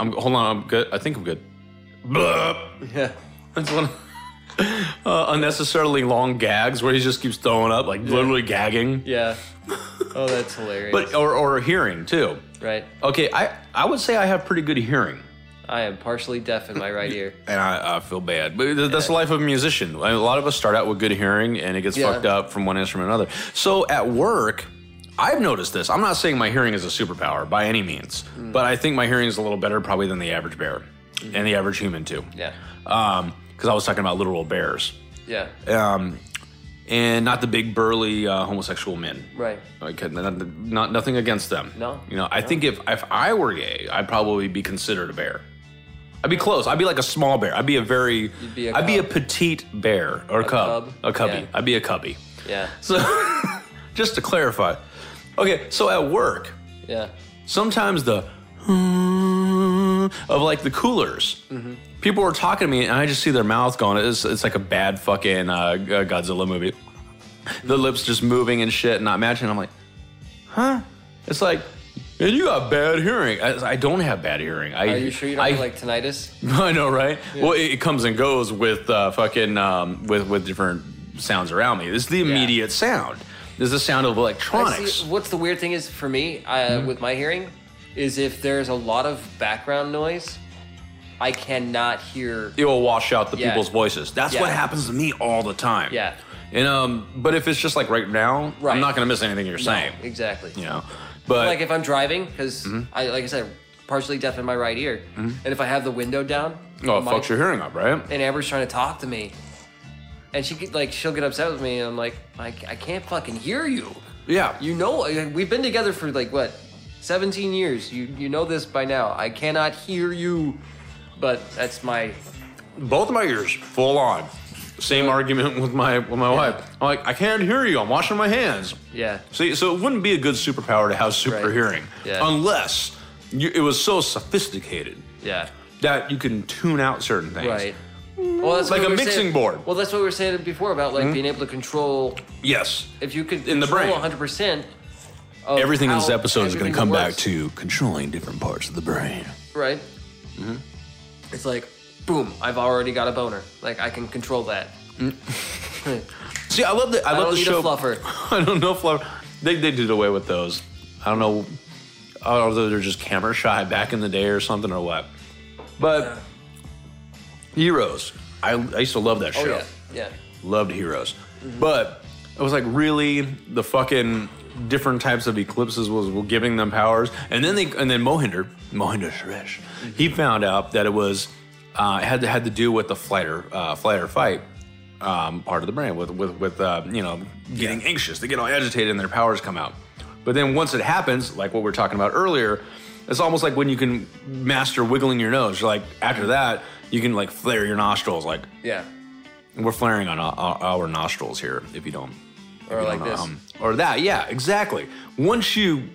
[SPEAKER 3] I'm, hold on. I'm good. I think I'm good. Blah.
[SPEAKER 4] yeah.
[SPEAKER 3] That's one uh, unnecessarily long gags where he just keeps throwing up, like literally gagging.
[SPEAKER 4] yeah. Oh, that's hilarious.
[SPEAKER 3] But or, or hearing too.
[SPEAKER 4] right,
[SPEAKER 3] Okay, I I would say I have pretty good hearing.
[SPEAKER 4] I am partially deaf in my right ear.
[SPEAKER 3] and I, I feel bad. But th- that's the life of a musician. A lot of us start out with good hearing, and it gets
[SPEAKER 4] Yeah.
[SPEAKER 3] fucked up from one instrument to another. So at work, I've noticed this. I'm not saying my hearing is a superpower by any means,
[SPEAKER 4] Mm.
[SPEAKER 3] but I think my hearing is a little better probably than the average bear and the average human too.
[SPEAKER 4] Mm-hmm. Yeah,
[SPEAKER 3] Because I was talking about literal bears,
[SPEAKER 4] yeah.
[SPEAKER 3] um, and not the big burly uh, homosexual men.
[SPEAKER 4] Right.
[SPEAKER 3] Like, not, not nothing against them.
[SPEAKER 4] No.
[SPEAKER 3] You know, I think if if I were gay, I'd probably be considered a bear. I'd be close. I'd be like a small bear. I'd be a very.
[SPEAKER 4] You'd be a
[SPEAKER 3] I'd be a
[SPEAKER 4] cub.
[SPEAKER 3] petite bear or cub.
[SPEAKER 4] cub,
[SPEAKER 3] A cubby.
[SPEAKER 4] yeah.
[SPEAKER 3] I'd be a cubby.
[SPEAKER 4] Yeah,
[SPEAKER 3] So, just to clarify, okay. So at work,
[SPEAKER 4] yeah.
[SPEAKER 3] sometimes the hmm, of like the coolers.
[SPEAKER 4] Mm-hmm.
[SPEAKER 3] People were talking to me, and I just see their mouth going. It's, it's like a bad fucking uh, uh, Godzilla movie. The
[SPEAKER 4] Mm-hmm.
[SPEAKER 3] lips just moving and shit, not matching. I'm like, huh? It's like, and you got bad hearing. I, I don't have bad hearing. I,
[SPEAKER 4] Are you sure you don't
[SPEAKER 3] I,
[SPEAKER 4] have like tinnitus?
[SPEAKER 3] I know, right? Well, it, it comes and goes with uh, fucking um, with with different sounds around me. This is the immediate sound. This is the sound of
[SPEAKER 4] I
[SPEAKER 3] electronics.
[SPEAKER 4] See, what's the weird thing is for me uh,
[SPEAKER 3] Mm-hmm.
[SPEAKER 4] with my hearing is if there's a lot of background noise, I cannot hear.
[SPEAKER 3] it will wash out the
[SPEAKER 4] Yeah.
[SPEAKER 3] people's voices. That's
[SPEAKER 4] Yeah.
[SPEAKER 3] what happens to me all the time.
[SPEAKER 4] Yeah.
[SPEAKER 3] And um, but if it's just like right now,
[SPEAKER 4] Right.
[SPEAKER 3] I'm not gonna miss anything you're saying.
[SPEAKER 4] Exactly.
[SPEAKER 3] You know, but Mm-hmm.
[SPEAKER 4] Like if I'm driving, because I, like I said, partially deaf in my right ear, and if I have the window down,
[SPEAKER 3] oh, it
[SPEAKER 4] my-
[SPEAKER 3] fucks your hearing up, right?
[SPEAKER 4] And Amber's trying to talk to me, and she get- like she'll get upset with me, and I'm like, I, I can't fucking hear you.
[SPEAKER 3] yeah.
[SPEAKER 4] You know, I- we've been together for like what, 17 years. You you know this by now. I cannot hear you, but that's my
[SPEAKER 3] both of my ears full on. Same argument with my with my wife. I'm like, I can't hear you. I'm washing my hands.
[SPEAKER 4] yeah.
[SPEAKER 3] See, so it wouldn't be a good superpower to have super
[SPEAKER 4] Right.
[SPEAKER 3] hearing
[SPEAKER 4] Yeah.
[SPEAKER 3] unless you, it was so sophisticated
[SPEAKER 4] Yeah.
[SPEAKER 3] that you can tune out certain things.
[SPEAKER 4] Right. Well, that's
[SPEAKER 3] Like a
[SPEAKER 4] what we were
[SPEAKER 3] mixing
[SPEAKER 4] saying-
[SPEAKER 3] board. Mm-hmm.
[SPEAKER 4] Well, that's what we were saying before about like being able to control.
[SPEAKER 3] Yes.
[SPEAKER 4] If you could
[SPEAKER 3] In the
[SPEAKER 4] control
[SPEAKER 3] brain.
[SPEAKER 4] 100. percent
[SPEAKER 1] Everything in this episode is going to come back to controlling different parts of the brain.
[SPEAKER 4] right. It's like, boom! I've already got a boner. Like I can control that.
[SPEAKER 3] See, I love the I,
[SPEAKER 4] I
[SPEAKER 3] love
[SPEAKER 4] don't
[SPEAKER 3] the
[SPEAKER 4] need
[SPEAKER 3] show.
[SPEAKER 4] a fluffer.
[SPEAKER 3] I don't know if Flower. They, they did away with those. I don't know. I don't know if they're just camera shy back in the day or something or what. But Heroes. I, I used to love that
[SPEAKER 4] Oh
[SPEAKER 3] show.
[SPEAKER 4] yeah, yeah.
[SPEAKER 3] Loved Heroes. But I was like, really? The fucking different types of eclipses was were giving them powers, and then they and then Mohinder Mohinder Suresh, he found out that it was uh, it had to had to do with the flight or uh, flight or fight um, part of the brain with with with uh, you know getting anxious, they get all agitated, and their powers come out. But then once it happens, like what we were talking about earlier, it's almost like when you can master wiggling your nose. You're like after that, you can like flare your nostrils. Like
[SPEAKER 4] Yeah.
[SPEAKER 3] we're flaring on our, our our nostrils here. If you don't
[SPEAKER 4] Or like this.
[SPEAKER 3] um, or that. Yeah, exactly. Once you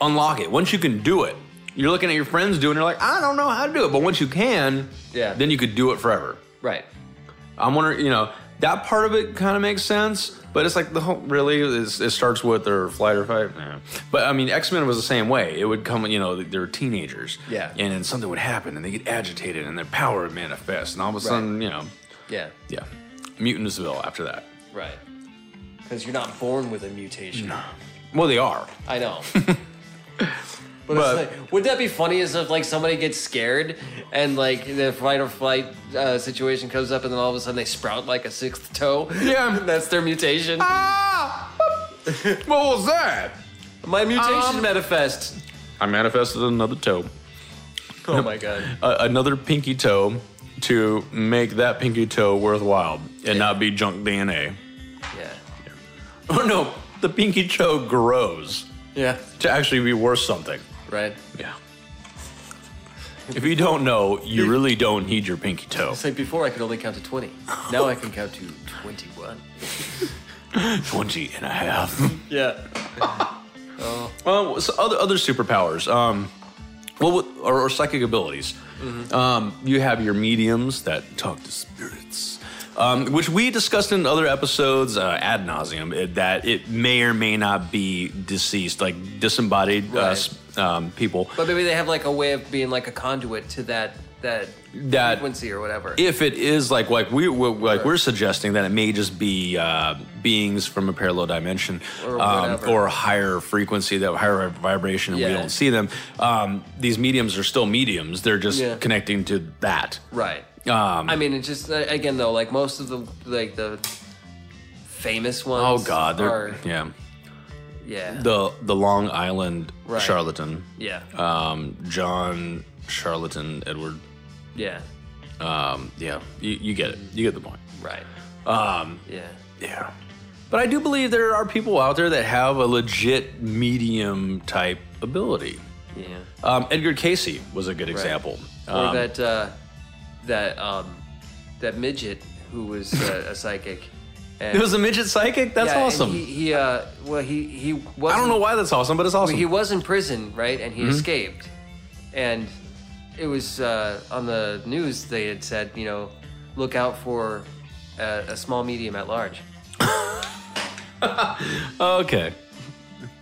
[SPEAKER 3] unlock it, once you can do it, you're looking at your friends doing. it, You're like, I don't know how to do it, but once you can,
[SPEAKER 4] Yeah.
[SPEAKER 3] then you could do it forever.
[SPEAKER 4] right.
[SPEAKER 3] I'm wondering, you know, that part of it kind of makes sense, but it's like the whole really it's, it starts with their flight or fight. Yeah. But I mean, X Men was the same way. It would come, you know, they're teenagers,
[SPEAKER 4] Yeah.
[SPEAKER 3] and then something would happen, and they get agitated, and their power would manifest, and all of a sudden, you know,
[SPEAKER 4] Yeah.
[SPEAKER 3] yeah, Mutantsville after that.
[SPEAKER 4] Right. Because you're not born with a mutation.
[SPEAKER 3] Well, they are.
[SPEAKER 4] I know. but,
[SPEAKER 3] But-
[SPEAKER 4] it's like, would that be funny as if like somebody gets scared and like the fight or flight uh, situation comes up and then all of a sudden they sprout like a sixth toe?
[SPEAKER 3] Yeah.
[SPEAKER 4] that's their mutation.
[SPEAKER 3] Ah! what was that?
[SPEAKER 4] My mutation
[SPEAKER 3] Um,
[SPEAKER 4] manifest.
[SPEAKER 3] I manifested another toe,
[SPEAKER 4] Oh my god.
[SPEAKER 3] uh, another pinky toe, to make that pinky toe worthwhile and not be junk DNA.
[SPEAKER 4] Yeah.
[SPEAKER 3] Oh no, the pinky toe grows
[SPEAKER 4] Yeah.
[SPEAKER 3] to actually be worth something.
[SPEAKER 4] Right.
[SPEAKER 3] Yeah. If you don't know, you really don't need your pinky toe.
[SPEAKER 4] It's like before I could only count to 20. Now I can count to 21.
[SPEAKER 3] 20 and a half.
[SPEAKER 4] Yeah.
[SPEAKER 3] um, so other, other superpowers, um, well, what- or, or psychic abilities. Um, you have your mediums that talk to spirits. Um, which we discussed in other episodes uh, ad nauseum that it may or may not be deceased, like disembodied uh,
[SPEAKER 4] Right.
[SPEAKER 3] s- um, people.
[SPEAKER 4] But maybe they have like a way of being like a conduit to that that,
[SPEAKER 3] That-
[SPEAKER 4] frequency or whatever.
[SPEAKER 3] if it is like like we we're, like we're suggesting that it may just be uh, beings from a parallel dimension um,
[SPEAKER 4] Or whatever.
[SPEAKER 3] or a higher frequency that higher vibration and we
[SPEAKER 4] Yeah.
[SPEAKER 3] don't see them um, these mediums are still mediums they're just
[SPEAKER 4] Yeah.
[SPEAKER 3] connecting to that
[SPEAKER 4] right.
[SPEAKER 3] um,
[SPEAKER 4] I mean, it's just uh, again though, like most of the like the famous
[SPEAKER 3] oh
[SPEAKER 4] ones.
[SPEAKER 3] god they're
[SPEAKER 4] are, yeah,
[SPEAKER 3] yeah
[SPEAKER 4] yeah,
[SPEAKER 3] the the Long Island
[SPEAKER 4] Right.
[SPEAKER 3] charlatan
[SPEAKER 4] yeah,
[SPEAKER 3] um, John charlatan Edward
[SPEAKER 4] yeah,
[SPEAKER 3] um, yeah you, you get it you get the point
[SPEAKER 4] right,
[SPEAKER 3] um,
[SPEAKER 4] yeah,
[SPEAKER 3] Yeah. But I do believe there are people out there that have a legit medium type ability.
[SPEAKER 4] yeah.
[SPEAKER 3] Um, Edgar Casey was a good example.
[SPEAKER 4] or
[SPEAKER 3] Um,
[SPEAKER 4] that uh, that um, that midget who was uh, a psychic. And,
[SPEAKER 3] it was a midget psychic? That's
[SPEAKER 4] yeah, and
[SPEAKER 3] awesome.
[SPEAKER 4] He, he uh, well, he he was.
[SPEAKER 3] I don't know why Mm-hmm. that's awesome, but it's awesome.
[SPEAKER 4] He was in prison, right? And he escaped. And it was uh, on the news, they had said, you know, look out for a, a small medium at large.
[SPEAKER 3] okay.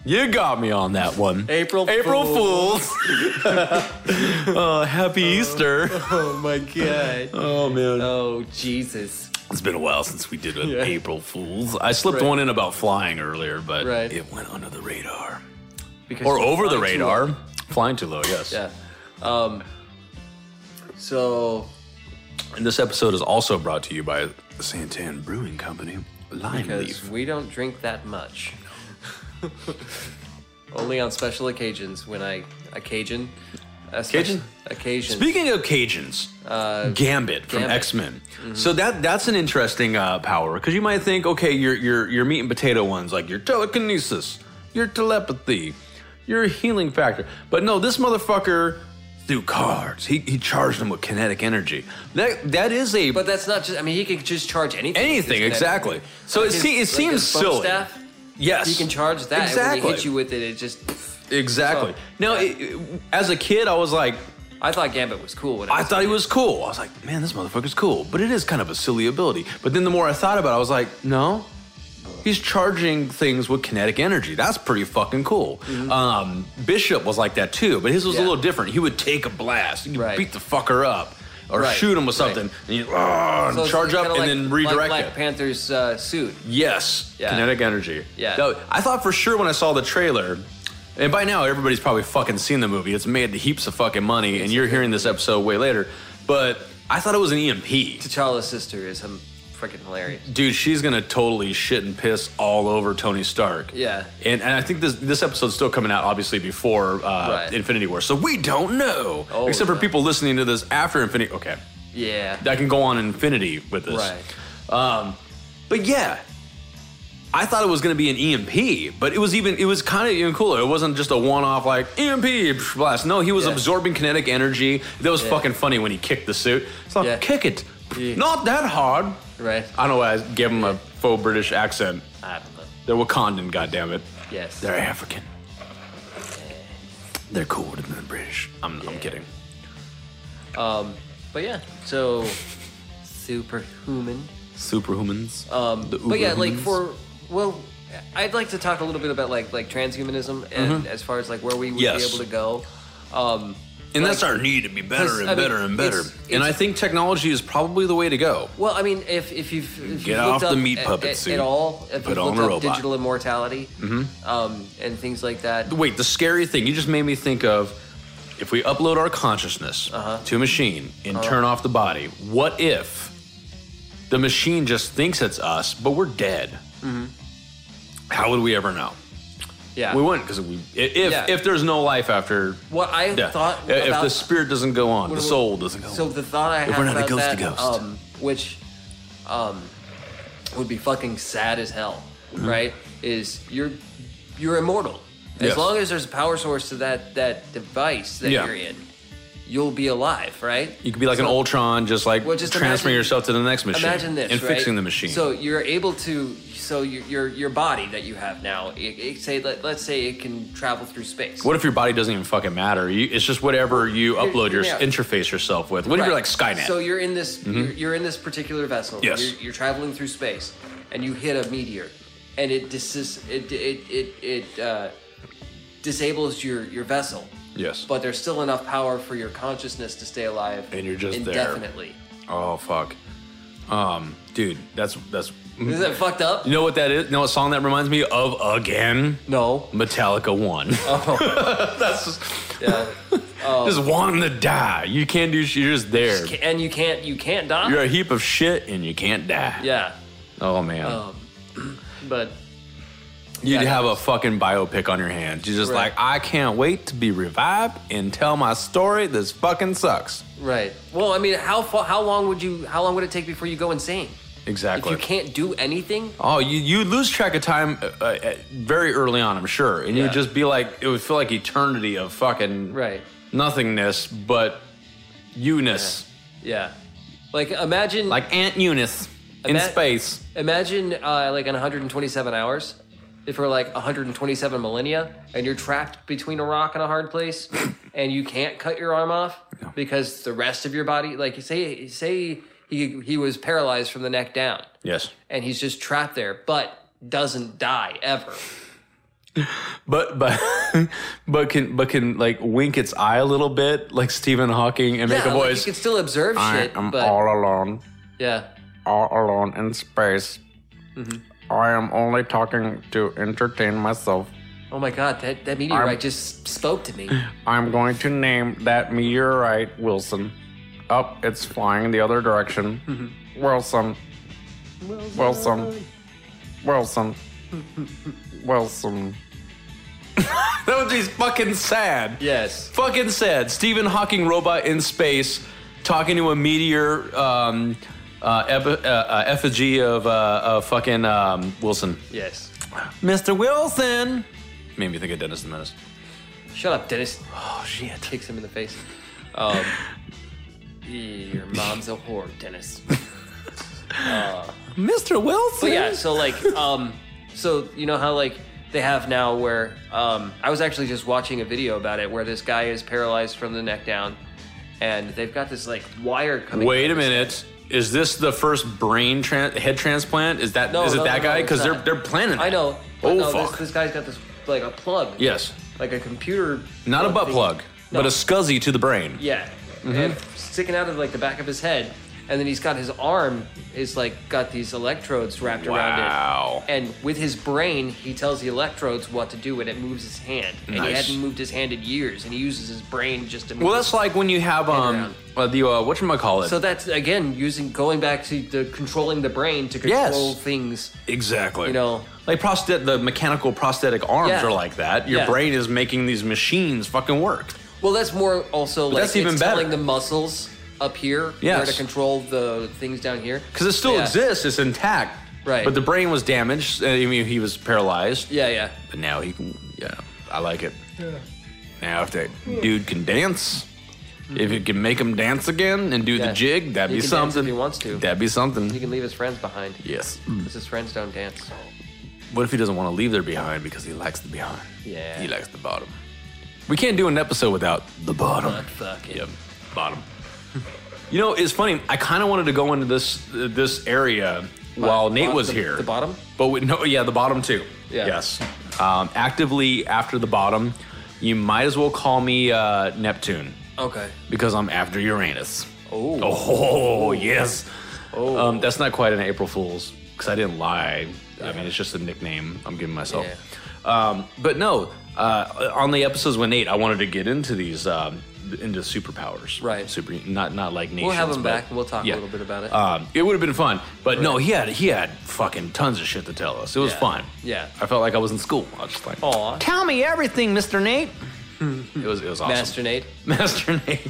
[SPEAKER 3] You got me on that one.
[SPEAKER 4] April
[SPEAKER 3] April
[SPEAKER 4] Fools.
[SPEAKER 3] Fools. Uh, happy Easter.
[SPEAKER 4] Oh my God.
[SPEAKER 3] Oh, man.
[SPEAKER 4] oh, Jesus.
[SPEAKER 3] It's been a while since we did an
[SPEAKER 4] Yeah.
[SPEAKER 3] April Fools. I slipped
[SPEAKER 4] Right.
[SPEAKER 3] one in about flying earlier, but
[SPEAKER 4] Right.
[SPEAKER 3] it went under the radar.
[SPEAKER 4] Because
[SPEAKER 3] Or
[SPEAKER 4] you
[SPEAKER 3] over the
[SPEAKER 4] fly too
[SPEAKER 3] radar.
[SPEAKER 4] low.
[SPEAKER 3] Flying too low, yes.
[SPEAKER 4] Yeah. Um, so,
[SPEAKER 3] And this episode is also brought to you by Santan Brewing Company, Lime
[SPEAKER 4] because
[SPEAKER 3] Leaf.
[SPEAKER 4] we don't drink that much. Only on special occasions when I. Occasion? A spe-
[SPEAKER 3] Cajun?
[SPEAKER 4] Occasion.
[SPEAKER 3] Speaking of Cajuns, Gambit from
[SPEAKER 4] Uh, Gambit. Mm-hmm.
[SPEAKER 3] X Men. So that that's an interesting uh, power because you might think, okay, your your your meat and potato ones like your telekinesis, your telepathy, your healing factor, but no, this motherfucker threw cards. He he charged them with kinetic energy. That that is a
[SPEAKER 4] But that's not just. I mean, he could just charge anything.
[SPEAKER 3] anything
[SPEAKER 4] Just connect-
[SPEAKER 3] exactly. So it,
[SPEAKER 4] His-
[SPEAKER 3] se- it
[SPEAKER 4] like
[SPEAKER 3] seems
[SPEAKER 4] his bow
[SPEAKER 3] silly.
[SPEAKER 4] Staff,
[SPEAKER 3] Yes,
[SPEAKER 4] he can charge that.
[SPEAKER 3] Exactly.
[SPEAKER 4] And when he hits you with it, it just.
[SPEAKER 3] Exactly.
[SPEAKER 4] So-
[SPEAKER 3] now, it- it- as a kid, I was like,
[SPEAKER 4] I thought Gambit was cool. When I,
[SPEAKER 3] I
[SPEAKER 4] was-
[SPEAKER 3] thought he was cool. I was like, man, this motherfucker's cool. But it is kind of a silly ability. But then the more I thought about it, I was like, no, he's charging things with kinetic energy. That's pretty fucking cool. Um, Bishop was like that too, but his was
[SPEAKER 4] Mm-hmm.
[SPEAKER 3] a
[SPEAKER 4] Yeah.
[SPEAKER 3] little different. He would take a blast, he'd
[SPEAKER 4] Right.
[SPEAKER 3] beat the fucker up, or
[SPEAKER 4] Right,
[SPEAKER 3] shoot him with
[SPEAKER 4] right.
[SPEAKER 3] something, and you "Ah," and
[SPEAKER 4] So it's
[SPEAKER 3] charge up and
[SPEAKER 4] kinda like-
[SPEAKER 3] then redirect
[SPEAKER 4] like Black
[SPEAKER 3] it.
[SPEAKER 4] Panther's uh, suit.
[SPEAKER 3] Yes.
[SPEAKER 4] Yeah.
[SPEAKER 3] Kinetic energy.
[SPEAKER 4] Yeah.
[SPEAKER 3] No, I thought for sure when I saw the trailer, and by now everybody's probably fucking seen the movie. It's made heaps of fucking money, and you're hearing this episode way later. But I thought it was an E EMP.
[SPEAKER 4] T'Challa's sister is him freaking hilarious.
[SPEAKER 3] Dude, she's gonna totally shit and piss all over Tony Stark.
[SPEAKER 4] Yeah.
[SPEAKER 3] and and I think this this episode's still coming out obviously before uh,
[SPEAKER 4] Right.
[SPEAKER 3] Infinity War, so we don't know.
[SPEAKER 4] Oh,
[SPEAKER 3] Except for
[SPEAKER 4] no.
[SPEAKER 3] people listening to this after Infinity. Okay,
[SPEAKER 4] Yeah.
[SPEAKER 3] I can go on Infinity with this.
[SPEAKER 4] right.
[SPEAKER 3] Um, but yeah, I thought it was gonna be an EMP, but it was even it was kind of even cooler. It wasn't just a one-off like EMP psh, blast. No, he was
[SPEAKER 4] Yeah.
[SPEAKER 3] absorbing kinetic energy. That was
[SPEAKER 4] Yeah.
[SPEAKER 3] fucking funny when he kicked the suit. It's like
[SPEAKER 4] Yeah.
[SPEAKER 3] kick it,
[SPEAKER 4] Yeah.
[SPEAKER 3] not that hard.
[SPEAKER 4] Right.
[SPEAKER 3] I don't know why I gave him a faux British accent.
[SPEAKER 4] I don't know.
[SPEAKER 3] They're Wakandan, goddammit.
[SPEAKER 4] Yes.
[SPEAKER 3] They're African. They're cooler than the British. I'm, I'm kidding.
[SPEAKER 4] But yeah, so superhuman.
[SPEAKER 3] Superhumans.
[SPEAKER 4] Um,
[SPEAKER 3] The
[SPEAKER 4] but yeah, like
[SPEAKER 3] uberhumans.
[SPEAKER 4] for well, I'd like to talk a little bit about like like transhumanism and as far as like where we would
[SPEAKER 3] Mm-hmm. Yes.
[SPEAKER 4] be able to go. Um,
[SPEAKER 3] And
[SPEAKER 4] like-
[SPEAKER 3] that's our need to be better
[SPEAKER 4] Because,
[SPEAKER 3] and
[SPEAKER 4] I mean,
[SPEAKER 3] better and better.
[SPEAKER 4] it's-
[SPEAKER 3] and
[SPEAKER 4] it's-
[SPEAKER 3] I think technology is probably the way to go.
[SPEAKER 4] well, I mean, if if you've if you've
[SPEAKER 3] Get
[SPEAKER 4] looked
[SPEAKER 3] off the
[SPEAKER 4] up
[SPEAKER 3] meat
[SPEAKER 4] at-
[SPEAKER 3] puppet
[SPEAKER 4] at,
[SPEAKER 3] suit.
[SPEAKER 4] at all, if
[SPEAKER 3] Put
[SPEAKER 4] you've
[SPEAKER 3] on
[SPEAKER 4] looked
[SPEAKER 3] a
[SPEAKER 4] up
[SPEAKER 3] robot.
[SPEAKER 4] digital immortality um, and things like that,
[SPEAKER 3] Wait, the scary thing you just made me think of if we upload our consciousness
[SPEAKER 4] Uh-huh.
[SPEAKER 3] to a machine and turn off the body, what if the machine just thinks it's us, but we're dead? How would we ever know?
[SPEAKER 4] Mm-hmm. yeah,
[SPEAKER 3] We wouldn't because we i- if
[SPEAKER 4] Yeah.
[SPEAKER 3] if there's no life after
[SPEAKER 4] What I
[SPEAKER 3] death.
[SPEAKER 4] thought
[SPEAKER 3] I- if
[SPEAKER 4] about-
[SPEAKER 3] the spirit doesn't go on, the
[SPEAKER 4] What-
[SPEAKER 3] soul doesn't go
[SPEAKER 4] So
[SPEAKER 3] on.
[SPEAKER 4] the thought I
[SPEAKER 3] We've
[SPEAKER 4] had
[SPEAKER 3] run out of
[SPEAKER 4] about
[SPEAKER 3] ghost
[SPEAKER 4] that,
[SPEAKER 3] to ghost.
[SPEAKER 4] Um, which um, would be fucking sad as hell,
[SPEAKER 3] Mm-hmm.
[SPEAKER 4] right? Is you're you're immortal as
[SPEAKER 3] Yes.
[SPEAKER 4] long as there's a power source to that that device that
[SPEAKER 3] Yeah.
[SPEAKER 4] you're in, you'll be alive, right?
[SPEAKER 3] You could be like an
[SPEAKER 4] So-
[SPEAKER 3] Ultron, just like
[SPEAKER 4] Well, just
[SPEAKER 3] transferring
[SPEAKER 4] imagine-
[SPEAKER 3] yourself to the next machine
[SPEAKER 4] Imagine this,
[SPEAKER 3] and
[SPEAKER 4] right?
[SPEAKER 3] fixing the machine.
[SPEAKER 4] So you're able to, so your your, your body that you have now, it, it say let, let's say it can travel through space.
[SPEAKER 3] What if your body doesn't even fucking matter? You, it's just whatever you
[SPEAKER 4] Here-
[SPEAKER 3] upload your
[SPEAKER 4] here now.
[SPEAKER 3] interface yourself with. What if you're like Skynet?
[SPEAKER 4] Right.
[SPEAKER 3] Mm-hmm.
[SPEAKER 4] So you're in this you're, you're in this particular vessel.
[SPEAKER 3] Yes.
[SPEAKER 4] You're, you're traveling through space, and you hit a meteor, and it dis- it it it, it uh, disables your your vessel.
[SPEAKER 3] yes.
[SPEAKER 4] But there's still enough power for your consciousness to stay alive.
[SPEAKER 3] And you're just there.
[SPEAKER 4] indefinitely.
[SPEAKER 3] oh fuck, um, dude, that's that's.
[SPEAKER 4] Is that fucked up?
[SPEAKER 3] You know what that is? You know what song that reminds me of again?
[SPEAKER 4] No.
[SPEAKER 3] Metallica One.
[SPEAKER 4] Oh.
[SPEAKER 3] that's just,
[SPEAKER 4] Yeah.
[SPEAKER 3] just wanting to die. You can't do. sh- You're just there.
[SPEAKER 4] and you Oh. can't you can't die.
[SPEAKER 3] You're a heap of shit and you can't die.
[SPEAKER 4] yeah.
[SPEAKER 3] Oh man.
[SPEAKER 4] Um, but
[SPEAKER 3] You'd
[SPEAKER 4] Yeah,
[SPEAKER 3] have
[SPEAKER 4] that
[SPEAKER 3] a fucking biopic on your hands. You're just
[SPEAKER 4] Right.
[SPEAKER 3] like, I can't wait to be revived and tell my story. This fucking sucks.
[SPEAKER 4] right. Well, I mean, how fa- how long would you how long would it take before you go insane? If
[SPEAKER 3] Exactly.
[SPEAKER 4] you can't do anything,
[SPEAKER 3] Oh, you you lose track of time uh, uh, very early on, I'm sure, and
[SPEAKER 4] Yeah.
[SPEAKER 3] you'd just be like, it would feel like eternity of fucking
[SPEAKER 4] Right.
[SPEAKER 3] nothingness, but Eunice,
[SPEAKER 4] Yeah. Like imagine
[SPEAKER 3] like Aunt Eunice in
[SPEAKER 4] Ima-
[SPEAKER 3] space.
[SPEAKER 4] imagine uh, like in 127 hours, if we're like 127 millennia, and you're trapped between a rock and a hard place, and you can't cut your arm off because the rest of your body, like say say he he was paralyzed from the neck down,
[SPEAKER 3] Yes,
[SPEAKER 4] and he's just trapped there, but doesn't die ever.
[SPEAKER 3] but but but can but can like wink its eye a little bit, like Stephen Hawking, and make a
[SPEAKER 4] Yeah, like,
[SPEAKER 3] voice.
[SPEAKER 4] you can still observe
[SPEAKER 3] I
[SPEAKER 4] shit,
[SPEAKER 3] am
[SPEAKER 4] but
[SPEAKER 3] all alone.
[SPEAKER 4] yeah,
[SPEAKER 5] all alone in space. I am only talking to entertain myself.
[SPEAKER 4] oh my god, that that meteorite just spoke to me.
[SPEAKER 5] I'm going to name that meteorite Wilson. Up, it's flying the other direction. Wilson. Wilson. Wilson. Wilson.
[SPEAKER 3] That would be fucking sad.
[SPEAKER 4] yes.
[SPEAKER 3] Fucking sad. Stephen Hawking robot in space talking to a meteor um, uh, epi- uh, uh, effigy of, uh, of fucking um, Wilson.
[SPEAKER 4] Yes.
[SPEAKER 3] Mr. Wilson! Made me think of Dennis the Menace.
[SPEAKER 4] Shut up, Dennis.
[SPEAKER 3] Oh, shit.
[SPEAKER 4] kicks him in the face. Um, your mom's a whore, Dennis.
[SPEAKER 3] Mr. Wilson!
[SPEAKER 4] But yeah, so like, um, so you know how like they have now where um, I was actually just watching a video about it where this guy is paralyzed from the neck down, and they've got this like wire coming.
[SPEAKER 3] Wait
[SPEAKER 4] out
[SPEAKER 3] a
[SPEAKER 4] of his-
[SPEAKER 3] minute. Is this the first brain tran head transplant? Is that is
[SPEAKER 4] No,
[SPEAKER 3] it that
[SPEAKER 4] no, no, no,
[SPEAKER 3] guy?
[SPEAKER 4] it's
[SPEAKER 3] Because they're
[SPEAKER 4] not.
[SPEAKER 3] they're planning.
[SPEAKER 4] I
[SPEAKER 3] that.
[SPEAKER 4] know. but
[SPEAKER 3] Oh
[SPEAKER 4] no, this-
[SPEAKER 3] fuck.
[SPEAKER 4] This, guy's got this like a plug.
[SPEAKER 3] yes.
[SPEAKER 4] Like a computer.
[SPEAKER 3] Not a butt
[SPEAKER 4] thing.
[SPEAKER 3] plug,
[SPEAKER 4] No.
[SPEAKER 3] but a scuzzy to the brain. Mm-hmm.
[SPEAKER 4] Yeah. And sticking out of like the back of his head, and then he's got his arm is like got these electrodes wrapped
[SPEAKER 3] Wow.
[SPEAKER 4] around it, and with his brain he tells the electrodes what to do, and it moves his hand, and he
[SPEAKER 3] Nice.
[SPEAKER 4] hadn't moved his hand in years, and he uses his brain just to. Move
[SPEAKER 3] Well,
[SPEAKER 4] his
[SPEAKER 3] that's like when you have um
[SPEAKER 4] around.
[SPEAKER 3] uh, the uh, what call it?
[SPEAKER 4] so that's again using going back to the controlling the brain to
[SPEAKER 3] Yes.
[SPEAKER 4] control things.
[SPEAKER 3] exactly.
[SPEAKER 4] You know.
[SPEAKER 3] like prosthet the mechanical prosthetic arms
[SPEAKER 4] Yeah.
[SPEAKER 3] are like that. Your
[SPEAKER 4] Yeah.
[SPEAKER 3] brain is making these machines fucking work.
[SPEAKER 4] Well, that's more also like
[SPEAKER 3] that's even
[SPEAKER 4] it's
[SPEAKER 3] better.
[SPEAKER 4] telling the muscles up here where
[SPEAKER 3] Yes.
[SPEAKER 4] to control the things down here
[SPEAKER 3] because it still
[SPEAKER 4] Yeah.
[SPEAKER 3] exists. It's intact.
[SPEAKER 4] Right.
[SPEAKER 3] But the brain was damaged. uh, I mean, he was paralyzed.
[SPEAKER 4] Yeah, yeah.
[SPEAKER 3] But now he can. Yeah, I like it. Yeah. Now if that dude can dance, if it can make him dance again and do
[SPEAKER 4] Mm-hmm. Yeah.
[SPEAKER 3] the jig, that'd
[SPEAKER 4] He
[SPEAKER 3] be
[SPEAKER 4] can dance if
[SPEAKER 3] something.
[SPEAKER 4] he wants to.
[SPEAKER 3] That'd be
[SPEAKER 4] He
[SPEAKER 3] something.
[SPEAKER 4] can leave his friends behind
[SPEAKER 3] Yes.
[SPEAKER 4] because his friends don't dance.
[SPEAKER 3] What if he doesn't want to leave there behind because he likes the behind?
[SPEAKER 4] Yeah.
[SPEAKER 3] He likes the bottom. We can't do an episode without the bottom.
[SPEAKER 4] Fuck, fuck it.
[SPEAKER 3] Yep. Bottom. you know, it's funny. I kind of wanted to go into this this area while Nate
[SPEAKER 4] Bot-
[SPEAKER 3] was
[SPEAKER 4] the-
[SPEAKER 3] here.
[SPEAKER 4] the bottom?
[SPEAKER 3] But we, no, yeah, the bottom too.
[SPEAKER 4] Yeah.
[SPEAKER 3] Yes. Um, actively after the bottom, you might as well call me uh, Neptune
[SPEAKER 4] Okay.
[SPEAKER 3] because I'm after Uranus.
[SPEAKER 4] Oh.
[SPEAKER 3] Oh yes. Um, that's not quite an April Fool's because I didn't lie. I mean, it's just a nickname I'm giving myself.
[SPEAKER 4] Yeah.
[SPEAKER 3] Um, but no, uh, on the episodes with Nate, I wanted to get into these um, into superpowers.
[SPEAKER 4] Right.
[SPEAKER 3] Super, not not like nations.
[SPEAKER 4] We'll have him
[SPEAKER 3] but-
[SPEAKER 4] back and we'll talk
[SPEAKER 3] yeah.
[SPEAKER 4] a little bit about it.
[SPEAKER 3] Um, it would have been fun, but no, he had he had fucking tons of shit to tell us. It was
[SPEAKER 4] Yeah.
[SPEAKER 3] fun.
[SPEAKER 4] Yeah. Oh.
[SPEAKER 3] I felt like I was in school. I was just like,
[SPEAKER 4] Aw.
[SPEAKER 3] tell me everything, Mister Nate. it was it was awesome.
[SPEAKER 4] Master Nate.
[SPEAKER 3] Master Nate.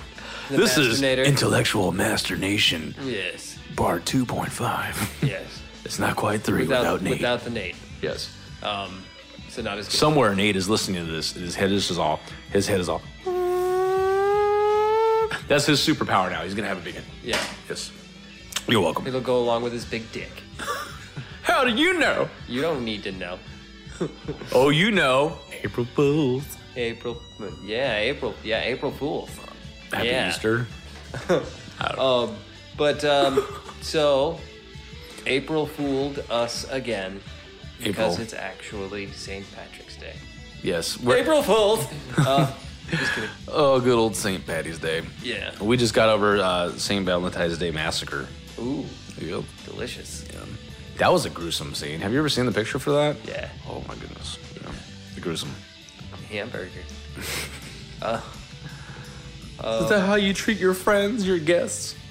[SPEAKER 4] The
[SPEAKER 3] this
[SPEAKER 4] Masternator.
[SPEAKER 3] is intellectual Master Nation,
[SPEAKER 4] Yes.
[SPEAKER 3] part two point five.
[SPEAKER 4] Yes.
[SPEAKER 3] It's not quite three
[SPEAKER 4] Without
[SPEAKER 3] without,
[SPEAKER 4] without,
[SPEAKER 3] Nate.
[SPEAKER 4] the Nate.
[SPEAKER 3] yes.
[SPEAKER 4] Um. So not as good.
[SPEAKER 3] Somewhere Nate is listening to this. and His head is just all. His head is all. That's his superpower now. He's gonna have a big head.
[SPEAKER 4] yeah.
[SPEAKER 3] Yes. You're welcome.
[SPEAKER 4] It'll go along with his big dick.
[SPEAKER 3] How do you know?
[SPEAKER 4] You don't need to know.
[SPEAKER 3] Oh, you know. April Fools.
[SPEAKER 4] April. Yeah. April. Yeah. April Fool's.
[SPEAKER 3] Happy
[SPEAKER 4] Yeah. Oh.
[SPEAKER 3] Easter. Uh,
[SPEAKER 4] But um, so April fooled us again because
[SPEAKER 3] April.
[SPEAKER 4] it's actually St. Patrick's Day.
[SPEAKER 3] Yes. we're-
[SPEAKER 4] April Fools. Uh, just kidding.
[SPEAKER 3] Oh, good old St. Patty's Day.
[SPEAKER 4] Yeah.
[SPEAKER 3] We just got over uh, St. Valentine's Day massacre.
[SPEAKER 4] Ooh,
[SPEAKER 3] Yep.
[SPEAKER 4] delicious.
[SPEAKER 3] That was a gruesome scene. Have you ever seen the picture for that?
[SPEAKER 4] Yeah,
[SPEAKER 3] Oh my goodness. Yeah. Gruesome.
[SPEAKER 4] hamburger.
[SPEAKER 3] Is that how you treat your friends, your guests?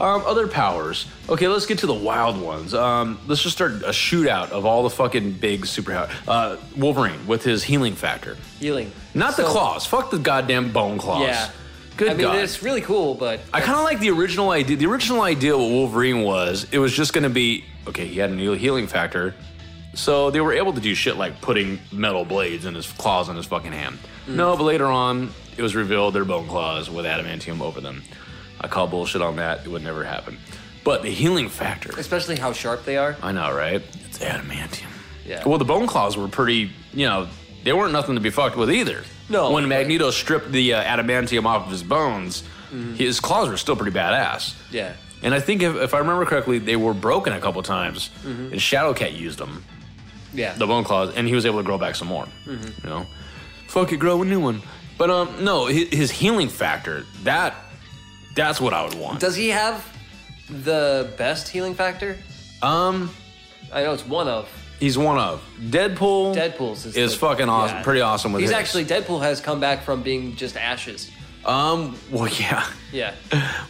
[SPEAKER 3] Um, other powers. Okay, let's get to the wild ones. Um, let's just start a shootout of all the fucking big superpowers. Uh, Wolverine with his healing factor.
[SPEAKER 4] Healing.
[SPEAKER 3] Not the
[SPEAKER 4] So-
[SPEAKER 3] claws. Fuck the goddamn bone claws.
[SPEAKER 4] Yeah.
[SPEAKER 3] Good
[SPEAKER 4] I mean,
[SPEAKER 3] God.
[SPEAKER 4] it's really cool, but
[SPEAKER 3] I kind of like the original idea. The original idea what Wolverine was, it was just going to be okay. He had a new healing factor, so they were able to do shit like putting metal blades in his claws in his fucking hand. No, but later on, it was revealed they're bone claws with adamantium over them. I call bullshit on that. It would never happen. But the healing factor,
[SPEAKER 4] especially how sharp they are.
[SPEAKER 3] I know, right? It's adamantium.
[SPEAKER 4] Yeah.
[SPEAKER 3] Well, the bone claws were pretty, you know, they weren't nothing to be fucked with either.
[SPEAKER 4] No,
[SPEAKER 3] When
[SPEAKER 4] but-
[SPEAKER 3] Magneto stripped the uh, adamantium off of his bones, his claws were still pretty badass.
[SPEAKER 4] Mm-hmm. Yeah.
[SPEAKER 3] And I think if, if I remember correctly, they were broken a couple times,
[SPEAKER 4] Mm-hmm.
[SPEAKER 3] and Shadowcat used them,
[SPEAKER 4] Yeah.
[SPEAKER 3] the bone claws, and he was able to grow back some more.
[SPEAKER 4] Mm-hmm.
[SPEAKER 3] You know, fuck it, grow a new one. But um, no, his, his healing factor that that's what I would want.
[SPEAKER 4] Does he have the best healing factor?
[SPEAKER 3] um,
[SPEAKER 4] I know it's one of
[SPEAKER 3] he's one of Deadpool.
[SPEAKER 4] Deadpool's. Is,
[SPEAKER 3] is
[SPEAKER 4] the-
[SPEAKER 3] fucking awesome,
[SPEAKER 4] yeah.
[SPEAKER 3] pretty awesome with
[SPEAKER 4] He's
[SPEAKER 3] his.
[SPEAKER 4] actually Deadpool has come back from being just ashes.
[SPEAKER 3] um, well, yeah.
[SPEAKER 4] Yeah.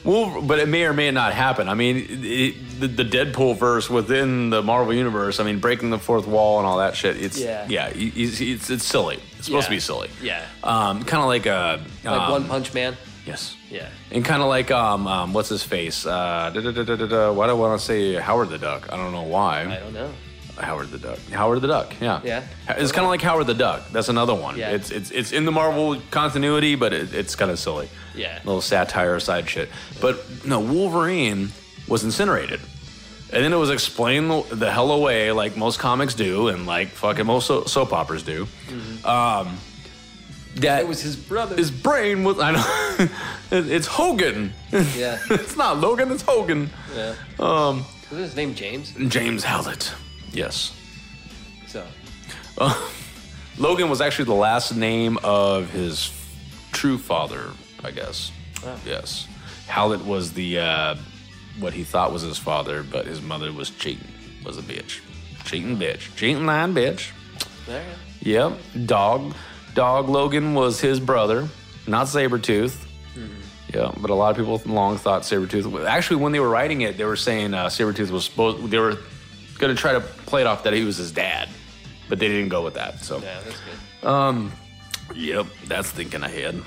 [SPEAKER 3] Well, but it may or may not happen. I mean, it, it- the, the Deadpool verse within the Marvel universe. I mean, breaking the fourth wall and all that shit. It's yeah,
[SPEAKER 4] Yeah.
[SPEAKER 3] he- he's- it's, it's silly. It's supposed to
[SPEAKER 4] Yeah.
[SPEAKER 3] be silly.
[SPEAKER 4] Yeah.
[SPEAKER 3] Um, kind of like uh,
[SPEAKER 4] Like
[SPEAKER 3] um,
[SPEAKER 4] One Punch Man.
[SPEAKER 3] Yes.
[SPEAKER 4] Yeah.
[SPEAKER 3] And kind of like um, um, what's his face? Uh, da, da, da, da, da, da. Why do I want to say Howard the Duck? I don't know why.
[SPEAKER 4] I don't know.
[SPEAKER 3] Howard the Duck. Howard the Duck. Yeah.
[SPEAKER 4] Yeah.
[SPEAKER 3] It's kind of like Howard the Duck. That's another one.
[SPEAKER 4] Yeah.
[SPEAKER 3] It's it's it's in the Marvel continuity, but it, it's kind of silly.
[SPEAKER 4] Yeah.
[SPEAKER 3] Little satire side shit. But no, Wolverine was incinerated. And then it was explained the, the hell away, like most comics do, and like fucking most so, soap operas do. Um, that
[SPEAKER 4] Mm-hmm. It was his brother.
[SPEAKER 3] his brain was. I know. it, it's Hogan.
[SPEAKER 4] Yeah.
[SPEAKER 3] it's not Logan. It's Hogan.
[SPEAKER 4] yeah.
[SPEAKER 3] Um,
[SPEAKER 4] Was his name James?
[SPEAKER 3] James Howlett. Yes.
[SPEAKER 4] So
[SPEAKER 3] Uh, Logan was actually the last name of his true father, I guess. Yes. Howlett was the uh, what he thought was his father, but his mother was cheating, was a bitch. Cheating bitch. Cheating lying bitch.
[SPEAKER 4] All right.
[SPEAKER 3] Yep. Dog. Dog Logan was his brother, not Sabretooth.
[SPEAKER 4] Mm-hmm.
[SPEAKER 3] Yeah, but a lot of people long thought Sabretooth. Actually, when they were writing it, they were saying uh, Sabretooth was supposed. They were going to try to play it off that he was his dad, but they didn't go with that. So,
[SPEAKER 4] Yeah, that's good.
[SPEAKER 3] yep, that's thinking ahead.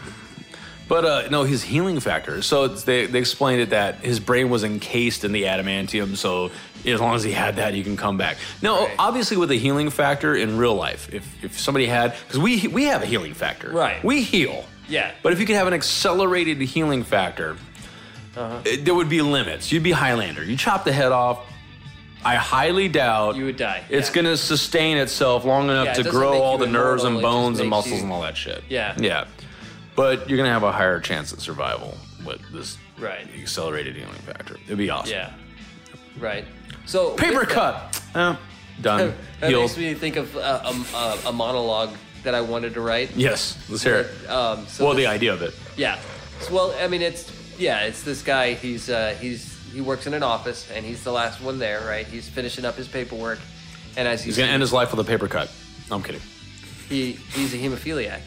[SPEAKER 3] But uh, no, his healing factor. So it's, they, they explained it that his brain was encased in the adamantium. So as long as he had that, he can come back. Now,
[SPEAKER 4] Right.
[SPEAKER 3] obviously, with a healing factor in real life, if, if somebody had, because we we have a healing factor,
[SPEAKER 4] Right.
[SPEAKER 3] We heal,
[SPEAKER 4] Yeah.
[SPEAKER 3] But if you could have an accelerated healing factor,
[SPEAKER 4] Uh-huh.
[SPEAKER 3] it- there would be limits. You'd be Highlander. You chop the head off. I highly doubt
[SPEAKER 4] You would die,
[SPEAKER 3] It's
[SPEAKER 4] yeah.
[SPEAKER 3] gonna sustain itself long enough
[SPEAKER 4] Yeah, it
[SPEAKER 3] to
[SPEAKER 4] doesn't make
[SPEAKER 3] grow
[SPEAKER 4] you
[SPEAKER 3] all the nerves and
[SPEAKER 4] immortal, it just
[SPEAKER 3] bones and
[SPEAKER 4] makes
[SPEAKER 3] muscles
[SPEAKER 4] you-
[SPEAKER 3] and all that shit.
[SPEAKER 4] Yeah.
[SPEAKER 3] yeah. But you're gonna have a higher chance at survival with this
[SPEAKER 4] Right.
[SPEAKER 3] accelerated healing factor. It'd be awesome.
[SPEAKER 4] Yeah. Right. So
[SPEAKER 3] Paper
[SPEAKER 4] with that-
[SPEAKER 3] cut. Eh, done.
[SPEAKER 4] That
[SPEAKER 3] Healed.
[SPEAKER 4] makes me think of uh, um, uh, a monologue that I wanted to write.
[SPEAKER 3] yes. Let's hear it.
[SPEAKER 4] Um, so
[SPEAKER 3] well,
[SPEAKER 4] this-
[SPEAKER 3] the idea of it.
[SPEAKER 4] Yeah. So, well, I mean, it's yeah, it's this guy. He's uh, he's he works in an office, and he's the last one there, right? He's finishing up his paperwork, and as he's,
[SPEAKER 3] He's gonna end his life with a paper cut. No, I'm kidding.
[SPEAKER 4] he he's a hemophiliac,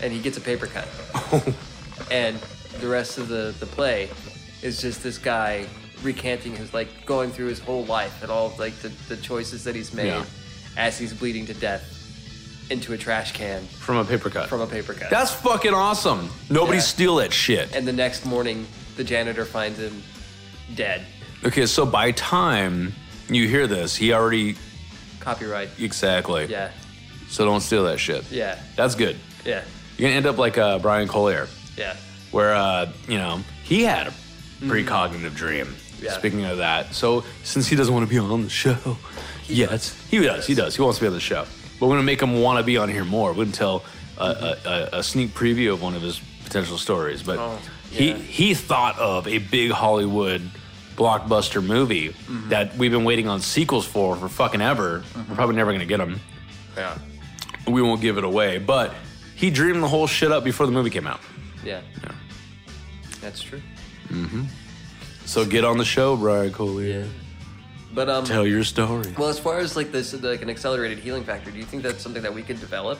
[SPEAKER 4] and he gets a paper cut, and the rest of the the play is just this guy recanting his like going through his whole life and all of, like the, the choices that he's made
[SPEAKER 3] Yeah.
[SPEAKER 4] as he's bleeding to death into a trash can
[SPEAKER 3] From a paper cut.
[SPEAKER 4] from a paper cut.
[SPEAKER 3] That's fucking awesome. Nobody
[SPEAKER 4] Yeah.
[SPEAKER 3] steal that shit.
[SPEAKER 4] and the next morning, the janitor finds him dead.
[SPEAKER 3] Okay, so by time you hear this, he already
[SPEAKER 4] Copyright.
[SPEAKER 3] exactly.
[SPEAKER 4] Yeah,
[SPEAKER 3] So don't steal that shit.
[SPEAKER 4] yeah,
[SPEAKER 3] That's good.
[SPEAKER 4] yeah,
[SPEAKER 3] You're gonna end up like uh, Brian Collier,
[SPEAKER 4] yeah.
[SPEAKER 3] where uh, you know he had a precognitive dream.
[SPEAKER 4] Yeah.
[SPEAKER 3] Speaking of that, so since he doesn't want to be on the show yet, he does. He does. He wants to be on the show. But we're gonna make him want to be on here more. We're gonna tell a, a, a, a sneak preview of one of his potential stories. But
[SPEAKER 4] Oh,
[SPEAKER 3] he
[SPEAKER 4] yeah.
[SPEAKER 3] he thought of a big Hollywood blockbuster movie
[SPEAKER 4] Mm-hmm.
[SPEAKER 3] that we've been waiting on sequels for for fucking ever. We're probably never gonna get them.
[SPEAKER 4] Yeah.
[SPEAKER 3] We won't give it away. But he dreamed the whole shit up before the movie came out.
[SPEAKER 4] Yeah. That's true.
[SPEAKER 3] So get on the show, Brian Collier.
[SPEAKER 4] But um
[SPEAKER 3] Tell your story.
[SPEAKER 4] well as far as like this like an accelerated healing factor, do you think that's something that we could develop?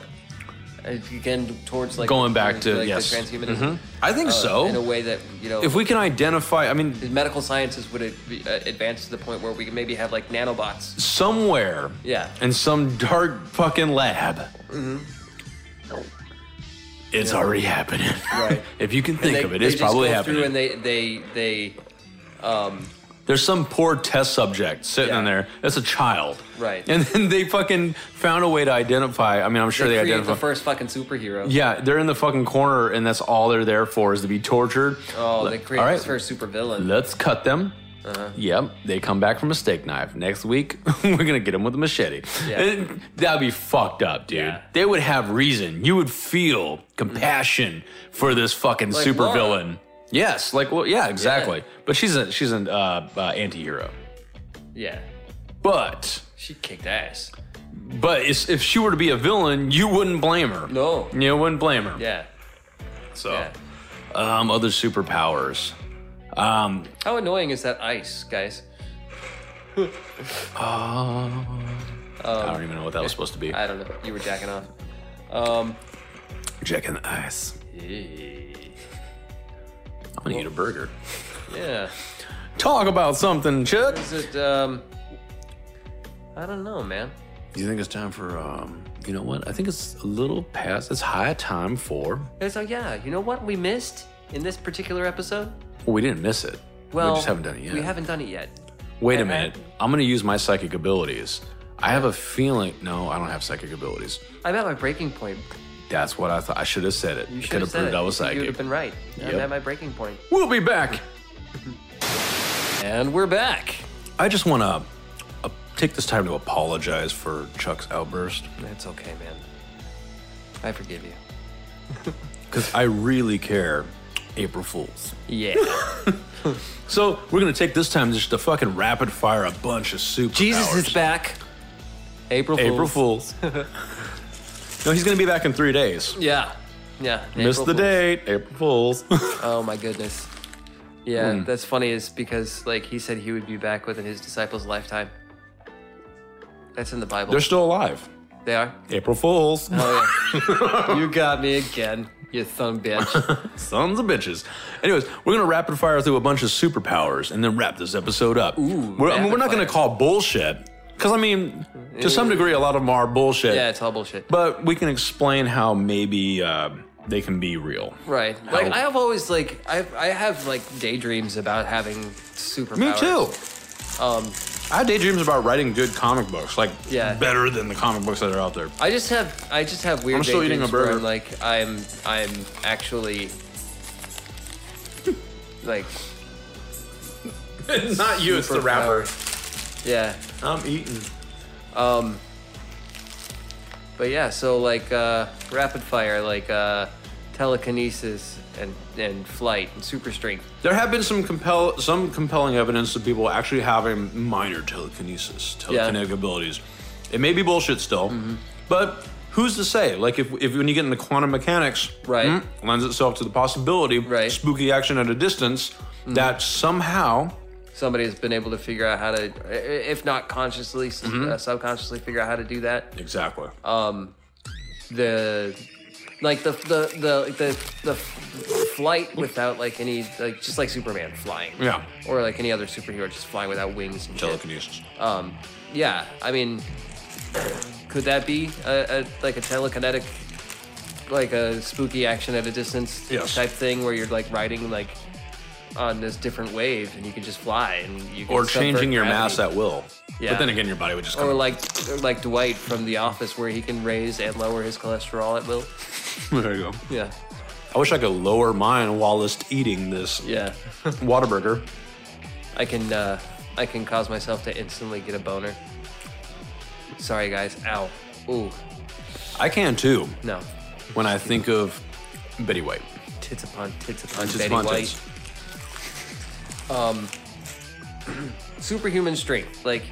[SPEAKER 4] Uh, Again towards like
[SPEAKER 3] Going back
[SPEAKER 4] like,
[SPEAKER 3] to-
[SPEAKER 4] like,
[SPEAKER 3] yes. Mm-hmm.
[SPEAKER 4] the transhumanism.
[SPEAKER 3] I think
[SPEAKER 4] uh,
[SPEAKER 3] so.
[SPEAKER 4] In a way that, you know,
[SPEAKER 3] if we can identify, I mean,
[SPEAKER 4] medical sciences would ad- be, uh, advance to the point where we can maybe have like nanobots.
[SPEAKER 3] somewhere
[SPEAKER 4] Yeah. Mm-hmm.
[SPEAKER 3] in some dark fucking lab, it's already happening.
[SPEAKER 4] Right.
[SPEAKER 3] if you can
[SPEAKER 4] And
[SPEAKER 3] think
[SPEAKER 4] they-
[SPEAKER 3] of it,
[SPEAKER 4] they
[SPEAKER 3] it's
[SPEAKER 4] just
[SPEAKER 3] probably
[SPEAKER 4] go
[SPEAKER 3] happening.
[SPEAKER 4] Through and they they they
[SPEAKER 3] There's some poor test subject sitting
[SPEAKER 4] Yeah.
[SPEAKER 3] in there. That's a child.
[SPEAKER 4] Right.
[SPEAKER 3] And then they fucking found a way to identify. I mean, I'm sure
[SPEAKER 4] they
[SPEAKER 3] they,
[SPEAKER 4] create
[SPEAKER 3] identify.
[SPEAKER 4] the first fucking superhero.
[SPEAKER 3] yeah, they're in the fucking corner, and that's all they're there for is to be tortured.
[SPEAKER 4] Oh,
[SPEAKER 3] Le-
[SPEAKER 4] they create
[SPEAKER 3] All right.
[SPEAKER 4] this first supervillain.
[SPEAKER 3] Let's cut them.
[SPEAKER 4] Uh-huh.
[SPEAKER 3] Yep, they come back from a steak knife. Next week, we're gonna get them with a machete.
[SPEAKER 4] Yeah.
[SPEAKER 3] And That'd be fucked up, dude.
[SPEAKER 4] Yeah.
[SPEAKER 3] They would have reason. You would feel compassion for this fucking
[SPEAKER 4] Like
[SPEAKER 3] super
[SPEAKER 4] Laura.
[SPEAKER 3] villain. Yes, like well, yeah, exactly. But she's a she's an uh, uh, anti-hero.
[SPEAKER 4] yeah.
[SPEAKER 3] But
[SPEAKER 4] She kicked ass.
[SPEAKER 3] but it's, if she were to be a villain, you wouldn't blame her.
[SPEAKER 4] No.
[SPEAKER 3] you wouldn't blame her.
[SPEAKER 4] Yeah.
[SPEAKER 3] So,
[SPEAKER 4] Yeah.
[SPEAKER 3] um, other superpowers. Um,
[SPEAKER 4] How annoying is that ice, guys?
[SPEAKER 3] oh. I don't even know what that was supposed to be.
[SPEAKER 4] Um, I don't know. You were jacking off. Um,
[SPEAKER 3] Checking the ice. I'm gonna eat a burger.
[SPEAKER 4] yeah.
[SPEAKER 3] Talk about something, Chuck.
[SPEAKER 4] Is it? Um, I don't know, man.
[SPEAKER 3] You think it's time for um? You know what? I think it's a little past. It's high time for.
[SPEAKER 4] And so yeah, you know what we missed in this particular episode?
[SPEAKER 3] Well, we didn't miss it.
[SPEAKER 4] Well,
[SPEAKER 3] we just haven't done it yet.
[SPEAKER 4] We haven't done it yet.
[SPEAKER 3] Wait a
[SPEAKER 4] and I-
[SPEAKER 3] minute. I'm gonna use my psychic abilities. I have a feeling. No, I don't have psychic abilities.
[SPEAKER 4] I'm at my breaking point.
[SPEAKER 3] That's what I thought. I should have said it.
[SPEAKER 4] You
[SPEAKER 3] I
[SPEAKER 4] should
[SPEAKER 3] could
[SPEAKER 4] have
[SPEAKER 3] have
[SPEAKER 4] said
[SPEAKER 3] proved
[SPEAKER 4] it.
[SPEAKER 3] I was
[SPEAKER 4] You would
[SPEAKER 3] psychic.
[SPEAKER 4] have been right. I'm
[SPEAKER 3] Yep.
[SPEAKER 4] at my breaking point.
[SPEAKER 3] We'll be back.
[SPEAKER 4] And we're back.
[SPEAKER 3] I just want to uh, take this time to apologize for Chuck's outburst.
[SPEAKER 4] It's okay, man. I forgive you.
[SPEAKER 3] because I really care. April Fools.
[SPEAKER 4] Yeah.
[SPEAKER 3] So we're gonna take this time just to fucking rapid fire a bunch of super.
[SPEAKER 4] Jesus is back. April Fools.
[SPEAKER 3] April Fools. no, he's gonna be back in three days.
[SPEAKER 4] Yeah. Yeah.
[SPEAKER 3] Missed
[SPEAKER 4] April
[SPEAKER 3] the
[SPEAKER 4] Fools.
[SPEAKER 3] date. April Fools.
[SPEAKER 4] Oh my goodness. Yeah,
[SPEAKER 3] Hmm.
[SPEAKER 4] that's funny is because like he said he would be back within his disciples' lifetime. That's in the Bible.
[SPEAKER 3] They're still alive.
[SPEAKER 4] They are.
[SPEAKER 3] April Fools.
[SPEAKER 4] Oh yeah. you got me again, you thumb bitch.
[SPEAKER 3] Sons of bitches. Anyways, we're gonna rapid fire through a bunch of superpowers and then wrap this episode up.
[SPEAKER 4] Ooh,
[SPEAKER 3] we're, I mean, we're not
[SPEAKER 4] rapid fire.
[SPEAKER 3] gonna call bullshit because I mean, to some degree, a lot of them are bullshit.
[SPEAKER 4] yeah, it's all bullshit.
[SPEAKER 3] but we can explain how maybe uh, they can be real.
[SPEAKER 4] Right. Like
[SPEAKER 3] How-
[SPEAKER 4] I have always like I I have like daydreams about having superpowers.
[SPEAKER 3] Me too.
[SPEAKER 4] Um,
[SPEAKER 3] I have daydreams about writing good comic books, like
[SPEAKER 4] Yeah.
[SPEAKER 3] better than the comic books that are out there.
[SPEAKER 4] I just have I just have weird
[SPEAKER 3] I'm still eating a
[SPEAKER 4] daydreams where
[SPEAKER 3] burger.
[SPEAKER 4] I'm like I'm I'm actually like
[SPEAKER 3] Not you, it's the rapper.
[SPEAKER 4] yeah.
[SPEAKER 3] I'm eating.
[SPEAKER 4] But yeah, so like uh, rapid fire, like uh, telekinesis and and flight and super strength.
[SPEAKER 3] There have been some compel some compelling evidence of people actually having minor telekinesis,
[SPEAKER 4] Yeah. Mm-hmm.
[SPEAKER 3] telekinetic abilities. It may be bullshit still, but who's to say? Like if, if when you get into quantum mechanics, hmm,
[SPEAKER 4] Right.
[SPEAKER 3] lends itself to the possibility,
[SPEAKER 4] Right. Mm-hmm.
[SPEAKER 3] spooky action at a distance, that somehow
[SPEAKER 4] Somebody has been able to figure out how to, i- if not consciously, s
[SPEAKER 3] Mm-hmm.
[SPEAKER 4] uh, subconsciously figure out how to do that.
[SPEAKER 3] exactly.
[SPEAKER 4] Uh, The like the the the the, the flight without like any like just like Superman flying.
[SPEAKER 3] Yeah.
[SPEAKER 4] Or like any other superhero just flying without wings and shit.
[SPEAKER 3] telekinesis.
[SPEAKER 4] Um, yeah, I mean, could that be a, a like a telekinetic, like a spooky action at a distance
[SPEAKER 3] Yes.
[SPEAKER 4] type thing where you're like riding like on this different wave and you can just fly and you can
[SPEAKER 3] or
[SPEAKER 4] subvert
[SPEAKER 3] changing your
[SPEAKER 4] gravity.
[SPEAKER 3] mass at will.
[SPEAKER 4] Yeah.
[SPEAKER 3] But then again, your body would just
[SPEAKER 4] Or
[SPEAKER 3] come.
[SPEAKER 4] like or like Dwight from The Office where he can raise and lower his cholesterol at will.
[SPEAKER 3] there you go.
[SPEAKER 4] Yeah,
[SPEAKER 3] I wish I could lower mine while just eating this
[SPEAKER 4] yeah.
[SPEAKER 3] Whataburger.
[SPEAKER 4] I can uh, I can cause myself to instantly get a boner. Sorry guys. Ow. Ooh.
[SPEAKER 3] I can too.
[SPEAKER 4] No.
[SPEAKER 3] When I think of Betty White.
[SPEAKER 4] Tits upon tits upon
[SPEAKER 3] Just
[SPEAKER 4] Betty
[SPEAKER 3] want
[SPEAKER 4] White.
[SPEAKER 3] this.
[SPEAKER 4] superhuman strength. Like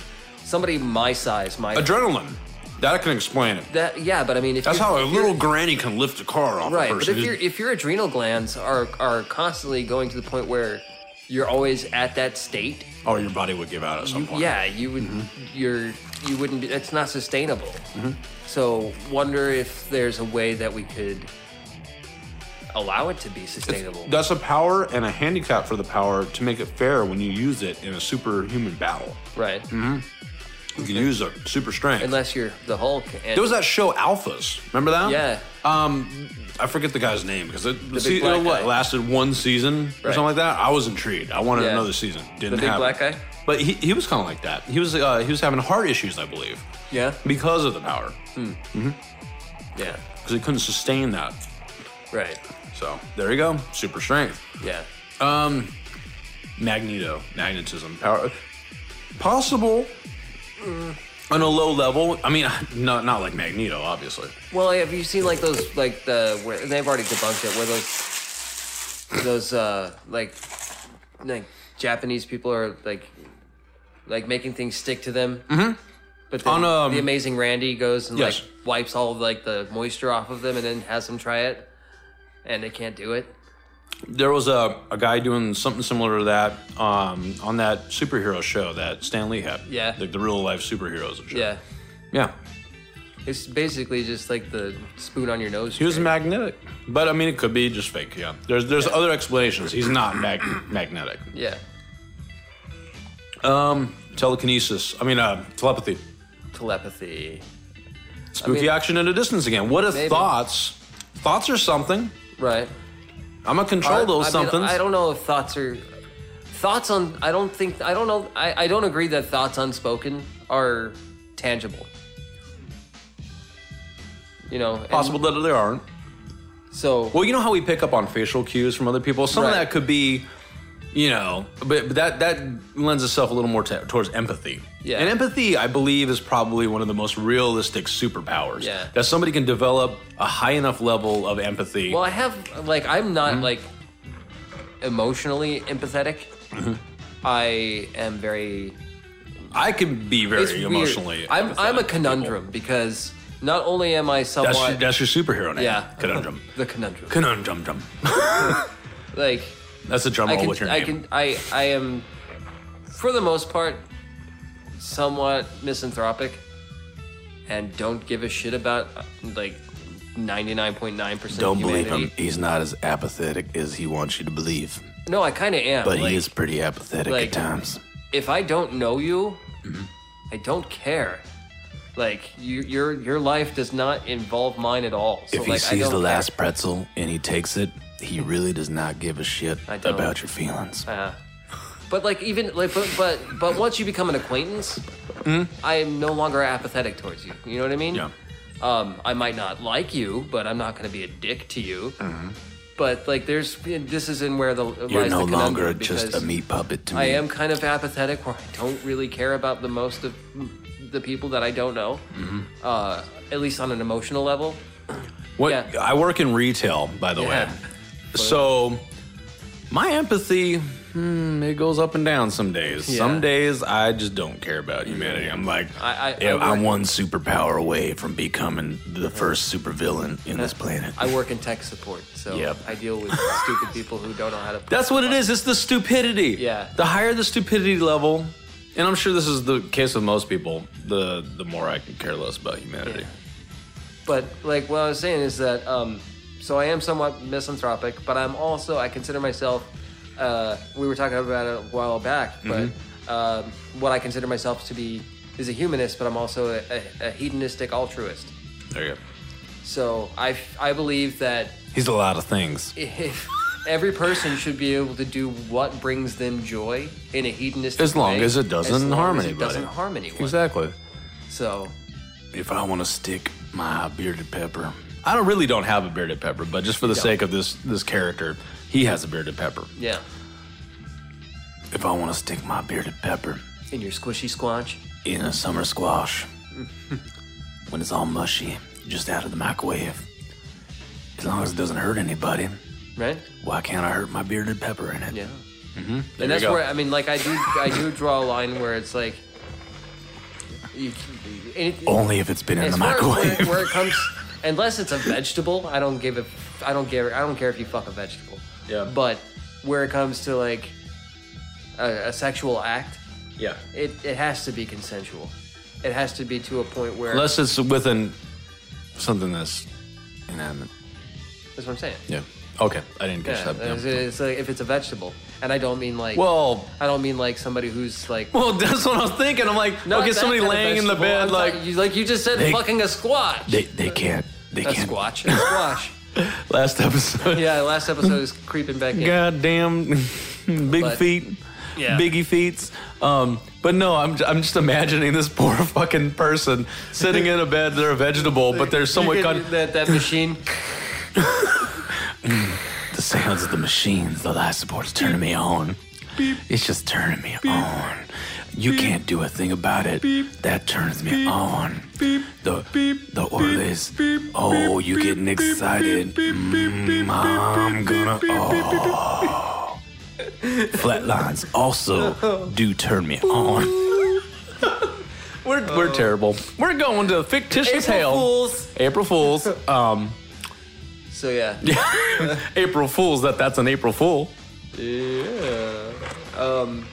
[SPEAKER 4] somebody my size, my
[SPEAKER 3] Adrenaline. That can explain it.
[SPEAKER 4] that yeah. But I mean, if
[SPEAKER 3] That's
[SPEAKER 4] you're-
[SPEAKER 3] how a
[SPEAKER 4] if
[SPEAKER 3] little
[SPEAKER 4] you're-
[SPEAKER 3] granny can lift a car off
[SPEAKER 4] right.
[SPEAKER 3] a
[SPEAKER 4] But
[SPEAKER 3] person.
[SPEAKER 4] if your if your adrenal glands are are constantly going to the point where you're always at that state,
[SPEAKER 3] or Oh, your body would give out at some point.
[SPEAKER 4] yeah, you would you're you wouldn't. Be, it's not sustainable. So wonder if there's a way that we could allow it to be sustainable.
[SPEAKER 3] That's a power and a handicap for the power to make it fair when you use it in a superhuman battle.
[SPEAKER 4] right.
[SPEAKER 3] You can use a super strength.
[SPEAKER 4] Unless you're the Hulk. And,
[SPEAKER 3] there was that show Alphas. Remember that?
[SPEAKER 4] Yeah.
[SPEAKER 3] Um, I forget the guy's name because it,
[SPEAKER 4] big
[SPEAKER 3] see-
[SPEAKER 4] black
[SPEAKER 3] it what,
[SPEAKER 4] guy.
[SPEAKER 3] lasted one season or
[SPEAKER 4] Right.
[SPEAKER 3] something like that. I was intrigued. I wanted
[SPEAKER 4] Yeah.
[SPEAKER 3] another season. Didn't
[SPEAKER 4] big
[SPEAKER 3] happen.
[SPEAKER 4] black guy?
[SPEAKER 3] But he, he was kind of like that. He was uh, he was having heart issues, I believe,
[SPEAKER 4] Yeah.
[SPEAKER 3] because of the power
[SPEAKER 4] Hmm. Yeah.
[SPEAKER 3] because he couldn't sustain that.
[SPEAKER 4] Right.
[SPEAKER 3] So there you go, super strength.
[SPEAKER 4] Yeah.
[SPEAKER 3] Um, magneto, magnetism, power, possible mm, on a low level. I mean, not not like Magneto, obviously.
[SPEAKER 4] Well, have you seen like those like the where they've already debunked it where those those uh like like Japanese people are like like making things stick to them. Mm-hmm. But then
[SPEAKER 3] On, um,
[SPEAKER 4] the amazing Randy goes and
[SPEAKER 3] Yes.
[SPEAKER 4] like wipes all of like the moisture off of them and then has them try it, and they can't do it.
[SPEAKER 3] There was a, a guy doing something similar to that um, on that superhero show that Stan Lee had.
[SPEAKER 4] Yeah.
[SPEAKER 3] Like the real life superheroes and shit.
[SPEAKER 4] Yeah,
[SPEAKER 3] Yeah.
[SPEAKER 4] it's basically just like the spoon on your nose.
[SPEAKER 3] He was
[SPEAKER 4] trick.
[SPEAKER 3] magnetic. But I mean, it could be just fake. Yeah. There's there's other explanations. He's not mag- magnetic.
[SPEAKER 4] yeah,
[SPEAKER 3] Um, telekinesis. I mean, uh, telepathy.
[SPEAKER 4] telepathy.
[SPEAKER 3] Spooky
[SPEAKER 4] mean-
[SPEAKER 3] action at a distance again. What if
[SPEAKER 4] Maybe.
[SPEAKER 3] thoughts? Thoughts are something.
[SPEAKER 4] Right.
[SPEAKER 3] I'm gonna control
[SPEAKER 4] I
[SPEAKER 3] those
[SPEAKER 4] mean,
[SPEAKER 3] somethings.
[SPEAKER 4] I don't know if thoughts are thoughts on. I don't think I don't know. I, I don't agree that thoughts unspoken are tangible. You know, and
[SPEAKER 3] Possible that they aren't.
[SPEAKER 4] So
[SPEAKER 3] Well, you know how we pick up on facial cues from other people. Some of
[SPEAKER 4] Right.
[SPEAKER 3] that could be, you know, but, but that that lends itself a little more to, towards empathy.
[SPEAKER 4] Yeah.
[SPEAKER 3] And empathy, I believe, is probably one of the most realistic superpowers.
[SPEAKER 4] Yeah.
[SPEAKER 3] That somebody can develop a high enough level of empathy.
[SPEAKER 4] well, I have like I'm not
[SPEAKER 3] Mm-hmm.
[SPEAKER 4] like emotionally empathetic.
[SPEAKER 3] Mm-hmm.
[SPEAKER 4] I am very
[SPEAKER 3] I can be
[SPEAKER 4] it's
[SPEAKER 3] very
[SPEAKER 4] weird.
[SPEAKER 3] emotionally.
[SPEAKER 4] I'm I'm
[SPEAKER 3] empathetic
[SPEAKER 4] a
[SPEAKER 3] to
[SPEAKER 4] conundrum because not only am I
[SPEAKER 3] people.
[SPEAKER 4] somewhat
[SPEAKER 3] That's your, that's your superhero name.
[SPEAKER 4] Yeah.
[SPEAKER 3] Conundrum.
[SPEAKER 4] the conundrum
[SPEAKER 3] Conundrum.
[SPEAKER 4] like
[SPEAKER 3] That's a drum
[SPEAKER 4] I
[SPEAKER 3] roll
[SPEAKER 4] can,
[SPEAKER 3] with your
[SPEAKER 4] I
[SPEAKER 3] name.
[SPEAKER 4] can, I, I am, for the most part, somewhat misanthropic, and don't give a shit about uh, like ninety nine point nine percent.
[SPEAKER 1] Don't believe him. He's not as apathetic as he wants you to believe,
[SPEAKER 4] No, I kind of am.
[SPEAKER 1] but
[SPEAKER 4] like,
[SPEAKER 1] he is pretty apathetic
[SPEAKER 4] like-
[SPEAKER 1] at times.
[SPEAKER 4] If I don't know you,
[SPEAKER 1] Mm-hmm.
[SPEAKER 4] I don't care. Like you, your your life does not involve mine at all. So,
[SPEAKER 1] If he
[SPEAKER 4] like, I
[SPEAKER 1] sees
[SPEAKER 4] don't
[SPEAKER 1] the last
[SPEAKER 4] Care.
[SPEAKER 1] pretzel and he takes it, he really does not give a shit
[SPEAKER 4] I don't.
[SPEAKER 1] about your feelings.
[SPEAKER 4] Uh, but like even like but but but once you become an acquaintance,
[SPEAKER 1] Hmm?
[SPEAKER 4] I am no longer apathetic towards you. You know what I mean?
[SPEAKER 3] Yeah.
[SPEAKER 4] Um, I might not like you, but I'm not going to be a dick to you. But like, there's this is in where the
[SPEAKER 1] Mm-hmm. You're
[SPEAKER 4] lies
[SPEAKER 1] no
[SPEAKER 4] the conundrum
[SPEAKER 1] longer just a
[SPEAKER 4] because
[SPEAKER 1] meat puppet to me.
[SPEAKER 4] I am kind of apathetic, where I don't really care about the most of the people that I don't know,
[SPEAKER 1] Mm-hmm.
[SPEAKER 4] uh, at least on an emotional level.
[SPEAKER 3] What
[SPEAKER 4] Yeah.
[SPEAKER 3] I work in retail, by the
[SPEAKER 4] Yeah.
[SPEAKER 3] way. So my empathy, hmm, it goes up and down some days.
[SPEAKER 4] Yeah.
[SPEAKER 3] Some days I just don't care about humanity. I'm like,
[SPEAKER 4] I, I,
[SPEAKER 1] Yeah,
[SPEAKER 4] I work,
[SPEAKER 1] I'm one superpower away from becoming the first supervillain in this planet.
[SPEAKER 4] Uh, I work in tech support, so
[SPEAKER 1] Yep.
[SPEAKER 4] I deal with stupid people who don't know how to.
[SPEAKER 3] that's what it is. It's the stupidity.
[SPEAKER 4] Yeah.
[SPEAKER 3] The higher the stupidity level, and I'm sure this is the case with most people, the the more I can care less about humanity.
[SPEAKER 4] But like what I was saying is that um, so I am somewhat misanthropic, but I'm also I consider myself. Uh, we were talking about it a while back, but
[SPEAKER 3] Mm-hmm.
[SPEAKER 4] um, what I consider myself to be is a humanist, but I'm also a, a, a hedonistic altruist.
[SPEAKER 3] There you go.
[SPEAKER 4] So I I believe that
[SPEAKER 3] He's a lot of things.
[SPEAKER 4] if every person should be able to do what brings them joy in a hedonistic
[SPEAKER 3] As long
[SPEAKER 4] way,
[SPEAKER 3] as it doesn't
[SPEAKER 4] as long
[SPEAKER 3] harm
[SPEAKER 4] as it
[SPEAKER 3] anybody.
[SPEAKER 4] doesn't harm anyone.
[SPEAKER 3] Exactly.
[SPEAKER 4] So
[SPEAKER 1] if I want to stick my bearded pepper,
[SPEAKER 3] I don't really don't have a bearded pepper, but just for the sake of this this character, he has a bearded pepper.
[SPEAKER 4] yeah,
[SPEAKER 1] if I want to stick my bearded pepper
[SPEAKER 4] in your squishy squanch.
[SPEAKER 1] in a summer squash, when it's all mushy, just out of the microwave, as long as it doesn't hurt anybody,
[SPEAKER 4] Right?
[SPEAKER 1] why can't I hurt my bearded pepper in it?
[SPEAKER 4] Yeah. And that's
[SPEAKER 3] go.
[SPEAKER 4] where I mean, like, I do, I do draw a line where it's like, you, any-
[SPEAKER 1] Only if it's been in
[SPEAKER 4] as
[SPEAKER 1] the
[SPEAKER 4] far as where-
[SPEAKER 1] microwave.
[SPEAKER 4] where, it comes, unless it's a vegetable, I don't give a, f- I don't care, I don't care if you fuck a vegetable.
[SPEAKER 3] Yeah.
[SPEAKER 4] But where it comes to like a, a sexual act,
[SPEAKER 3] Yeah.
[SPEAKER 4] it, it has to be consensual. It has to be to a point where
[SPEAKER 3] Unless it's within something that's inanimate.
[SPEAKER 4] that's what I'm saying.
[SPEAKER 3] Yeah. Okay. I didn't catch
[SPEAKER 4] Yeah,
[SPEAKER 3] that.
[SPEAKER 4] it's,
[SPEAKER 3] Yeah.
[SPEAKER 4] it's like if it's a vegetable, and I don't mean like
[SPEAKER 3] Well,
[SPEAKER 4] I don't mean like somebody who's like
[SPEAKER 3] well, that's what I was thinking. I'm like,
[SPEAKER 4] Not
[SPEAKER 3] okay,
[SPEAKER 4] that
[SPEAKER 3] somebody
[SPEAKER 4] kind of
[SPEAKER 3] laying in the
[SPEAKER 4] vegetable.
[SPEAKER 3] bed,
[SPEAKER 4] I'm
[SPEAKER 3] like
[SPEAKER 4] talking- you, like you just said,
[SPEAKER 1] They-
[SPEAKER 4] fucking a squash.
[SPEAKER 1] They, they can't. They
[SPEAKER 4] a
[SPEAKER 1] can't.
[SPEAKER 4] squash. A squash.
[SPEAKER 3] last episode.
[SPEAKER 4] yeah, last episode is creeping back in.
[SPEAKER 3] Goddamn, big
[SPEAKER 4] But-
[SPEAKER 3] feet,
[SPEAKER 4] Yeah.
[SPEAKER 3] biggie feets. Um, but no, I'm j- I'm just imagining this poor fucking person sitting in a bed. They're a vegetable, but they're somewhat
[SPEAKER 4] You
[SPEAKER 3] con-
[SPEAKER 4] get that that machine.
[SPEAKER 1] The sounds of the machines, the life support's turning me on. It's just turning me on. You can't do a thing about it. That turns me on. the the Orleys. oh, you getting excited. Mm, I'm gonna. Oh. Flatlines
[SPEAKER 3] Oh.
[SPEAKER 1] also do turn me on. Oh.
[SPEAKER 3] We're, we're terrible. We're going to fictitious hell.
[SPEAKER 4] Fools.
[SPEAKER 3] April Fools. Um,
[SPEAKER 4] So yeah.
[SPEAKER 3] April Fools. That that's an April Fool.
[SPEAKER 4] Yeah. Um,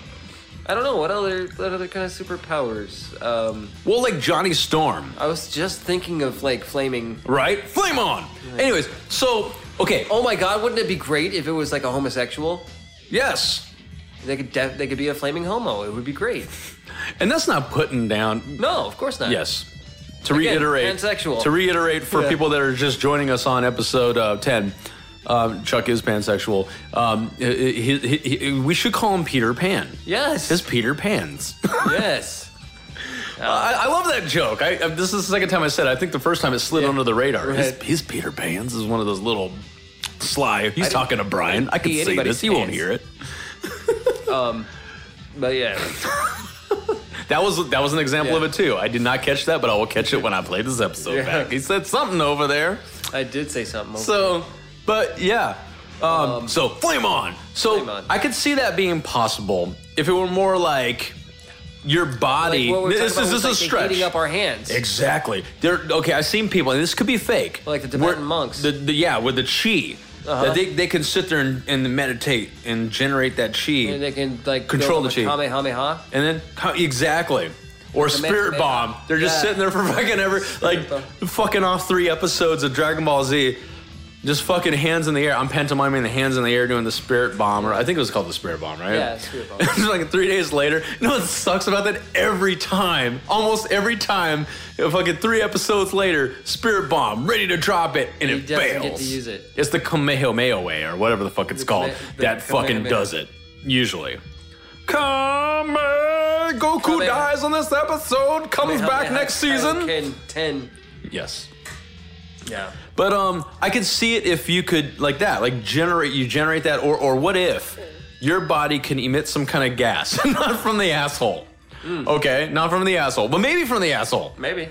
[SPEAKER 4] I don't know what other what other kind of superpowers. Um,
[SPEAKER 3] Well, like Johnny Storm,
[SPEAKER 4] I was just thinking of like flaming.
[SPEAKER 3] right? Flame on. Anyways, so okay.
[SPEAKER 4] Oh my god, wouldn't it be great if it was like a homosexual?
[SPEAKER 3] Yes,
[SPEAKER 4] They could def- they could be a flaming homo. It would be great.
[SPEAKER 3] and that's not putting down.
[SPEAKER 4] No, of course not.
[SPEAKER 3] Yes. To
[SPEAKER 4] Again,
[SPEAKER 3] reiterate,
[SPEAKER 4] pansexual.
[SPEAKER 3] To reiterate for
[SPEAKER 4] Yeah.
[SPEAKER 3] people that are just joining us on episode uh, ten, um, Chuck is pansexual. Um, he- he- he- he- we should call him Peter Pan.
[SPEAKER 4] Yes.
[SPEAKER 3] His Peter Pans.
[SPEAKER 4] yes.
[SPEAKER 3] I, I love that joke. I, I- this is the second time I said. it. I think the first time it slid
[SPEAKER 4] Yeah.
[SPEAKER 3] under the radar.
[SPEAKER 4] Right.
[SPEAKER 3] His, his Peter Pans is one of those little sly. He's talking to Brian. I can
[SPEAKER 4] Be
[SPEAKER 3] see
[SPEAKER 4] anybody's
[SPEAKER 3] this. He won't
[SPEAKER 4] pants.
[SPEAKER 3] hear it.
[SPEAKER 4] But yeah.
[SPEAKER 3] That was that was an example
[SPEAKER 4] Yeah.
[SPEAKER 3] of it too. I did not catch that, but I will catch it when I play this episode
[SPEAKER 4] Yeah.
[SPEAKER 3] back. He said something over there.
[SPEAKER 4] I did say something.
[SPEAKER 3] So, but yeah. Um, so flame on. So
[SPEAKER 4] Flame on.
[SPEAKER 3] I could see that being possible if it were more like your body.
[SPEAKER 4] Like what we were
[SPEAKER 3] this
[SPEAKER 4] talking
[SPEAKER 3] is this
[SPEAKER 4] about with,
[SPEAKER 3] is
[SPEAKER 4] like, the
[SPEAKER 3] stretch.
[SPEAKER 4] Heating up our hands.
[SPEAKER 3] Exactly. They're okay. I've seen people, and this could be fake.
[SPEAKER 4] Like Uh-huh. the Tibetan
[SPEAKER 3] Where-
[SPEAKER 4] monks.
[SPEAKER 3] The, the- yeah, with the chi, That they, they can sit there and, and meditate and generate that chi.
[SPEAKER 4] And they can like
[SPEAKER 3] Control
[SPEAKER 4] go
[SPEAKER 3] the chi.
[SPEAKER 4] from a Kamehameha.
[SPEAKER 3] And then how- exactly. Or
[SPEAKER 4] the
[SPEAKER 3] Spirit
[SPEAKER 4] man-
[SPEAKER 3] Bomb. They're just
[SPEAKER 4] Yeah.
[SPEAKER 3] sitting there for fucking ever, like
[SPEAKER 4] Bomb.
[SPEAKER 3] fucking off three episodes of Dragon Ball Z, just fucking hands in the air. I'm pantomiming the hands in the air doing the Spirit Bomb, or I think it was called the Spirit Bomb, right?
[SPEAKER 4] Yeah, Spirit Bomb.
[SPEAKER 3] It's like three days later. You know what sucks about that? Every time, almost every time, you know, fucking three episodes later, Spirit Bomb ready to drop it, and
[SPEAKER 4] He
[SPEAKER 3] it
[SPEAKER 4] doesn't get
[SPEAKER 3] fails.
[SPEAKER 4] to use it.
[SPEAKER 3] It's the Kamehameha way, or whatever the fuck it's
[SPEAKER 4] The
[SPEAKER 3] called.
[SPEAKER 4] Kame- the
[SPEAKER 3] that fucking
[SPEAKER 4] Kamehameha.
[SPEAKER 3] does it usually. Come, uh, Goku
[SPEAKER 4] Come in.
[SPEAKER 3] dies on this episode. Comes back
[SPEAKER 4] Kamehameha
[SPEAKER 3] next season.
[SPEAKER 4] Kaioken Ten.
[SPEAKER 3] Yes,
[SPEAKER 4] Yeah.
[SPEAKER 3] but um, I could see it if you could like that, like generate you generate that, or or what if your body can emit some kind of gas, not from the asshole.
[SPEAKER 4] Mm.
[SPEAKER 3] Okay, not from the asshole, but maybe from the asshole,
[SPEAKER 4] Maybe.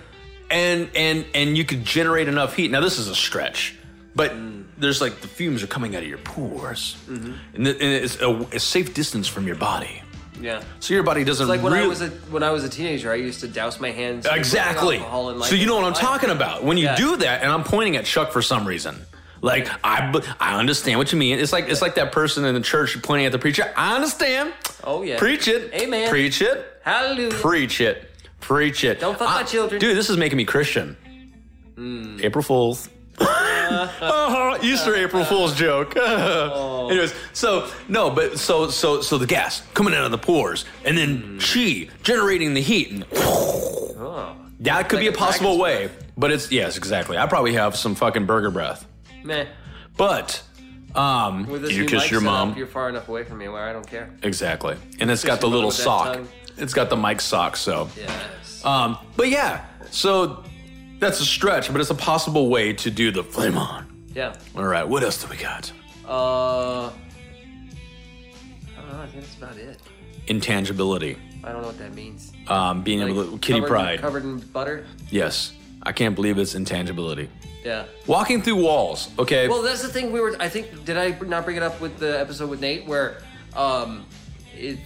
[SPEAKER 3] and and and you could generate enough heat. Now this is a stretch, but there's like the fumes are coming out of your pores,
[SPEAKER 4] Mm-hmm.
[SPEAKER 3] and, th- and it's a, a safe distance from your body,
[SPEAKER 4] Yeah.
[SPEAKER 3] so your body doesn't.
[SPEAKER 4] It's like when I
[SPEAKER 3] really-
[SPEAKER 4] was a when I was a teenager, I used to douse my hands with
[SPEAKER 3] Exactly.
[SPEAKER 4] alcohol and, like,
[SPEAKER 3] so you know what I'm
[SPEAKER 4] like-
[SPEAKER 3] talking about when you
[SPEAKER 4] Yeah.
[SPEAKER 3] do that, and I'm pointing at Chuck for some reason. Like I, b- I understand what you mean. It's like it's like that person in the church pointing at the preacher. I understand.
[SPEAKER 4] Oh, yeah.
[SPEAKER 3] Preach it.
[SPEAKER 4] Amen.
[SPEAKER 3] Preach it.
[SPEAKER 4] Hallelujah.
[SPEAKER 3] Preach it. Preach it.
[SPEAKER 4] Don't fuck
[SPEAKER 3] I-
[SPEAKER 4] my children. Hmm.
[SPEAKER 3] dude. This is making me Christian. April Fools. Uh-huh, Easter April Fool's joke.
[SPEAKER 4] Oh.
[SPEAKER 3] Anyways, so no, but so so so the gas coming out of the pores, and
[SPEAKER 4] Hmm.
[SPEAKER 3] then chi generating the heat, and
[SPEAKER 4] oh,
[SPEAKER 3] that could
[SPEAKER 4] Like
[SPEAKER 3] be a
[SPEAKER 4] a
[SPEAKER 3] possible way,
[SPEAKER 4] dragon's
[SPEAKER 3] but it's yes, exactly. I probably have some fucking burger breath,
[SPEAKER 4] meh.
[SPEAKER 3] but um,
[SPEAKER 4] With this
[SPEAKER 3] you
[SPEAKER 4] new
[SPEAKER 3] kiss
[SPEAKER 4] mic
[SPEAKER 3] your
[SPEAKER 4] setup,
[SPEAKER 3] mom
[SPEAKER 4] You're far enough away from me where I don't care.
[SPEAKER 3] exactly, and it's got the
[SPEAKER 4] your
[SPEAKER 3] little
[SPEAKER 4] mom with that
[SPEAKER 3] sock.
[SPEAKER 4] tongue.
[SPEAKER 3] It's got the mic sock. So,
[SPEAKER 4] Yes.
[SPEAKER 3] um, but yeah, so that's a stretch, but it's a possible way to do the flame on.
[SPEAKER 4] yeah.
[SPEAKER 3] All right, what else do we got?
[SPEAKER 4] Uh. I don't know. I think that's about it.
[SPEAKER 3] Intangibility,
[SPEAKER 4] I don't know what that means.
[SPEAKER 3] um, being able to
[SPEAKER 4] Like,
[SPEAKER 3] kitty
[SPEAKER 4] covered in-
[SPEAKER 3] pride.
[SPEAKER 4] covered in butter.
[SPEAKER 3] Yes, I can't believe it's intangibility.
[SPEAKER 4] Yeah.
[SPEAKER 3] Walking through walls. Okay.
[SPEAKER 4] Well, that's the thing we were. I think did I not bring it up with the episode with Nate where, um, if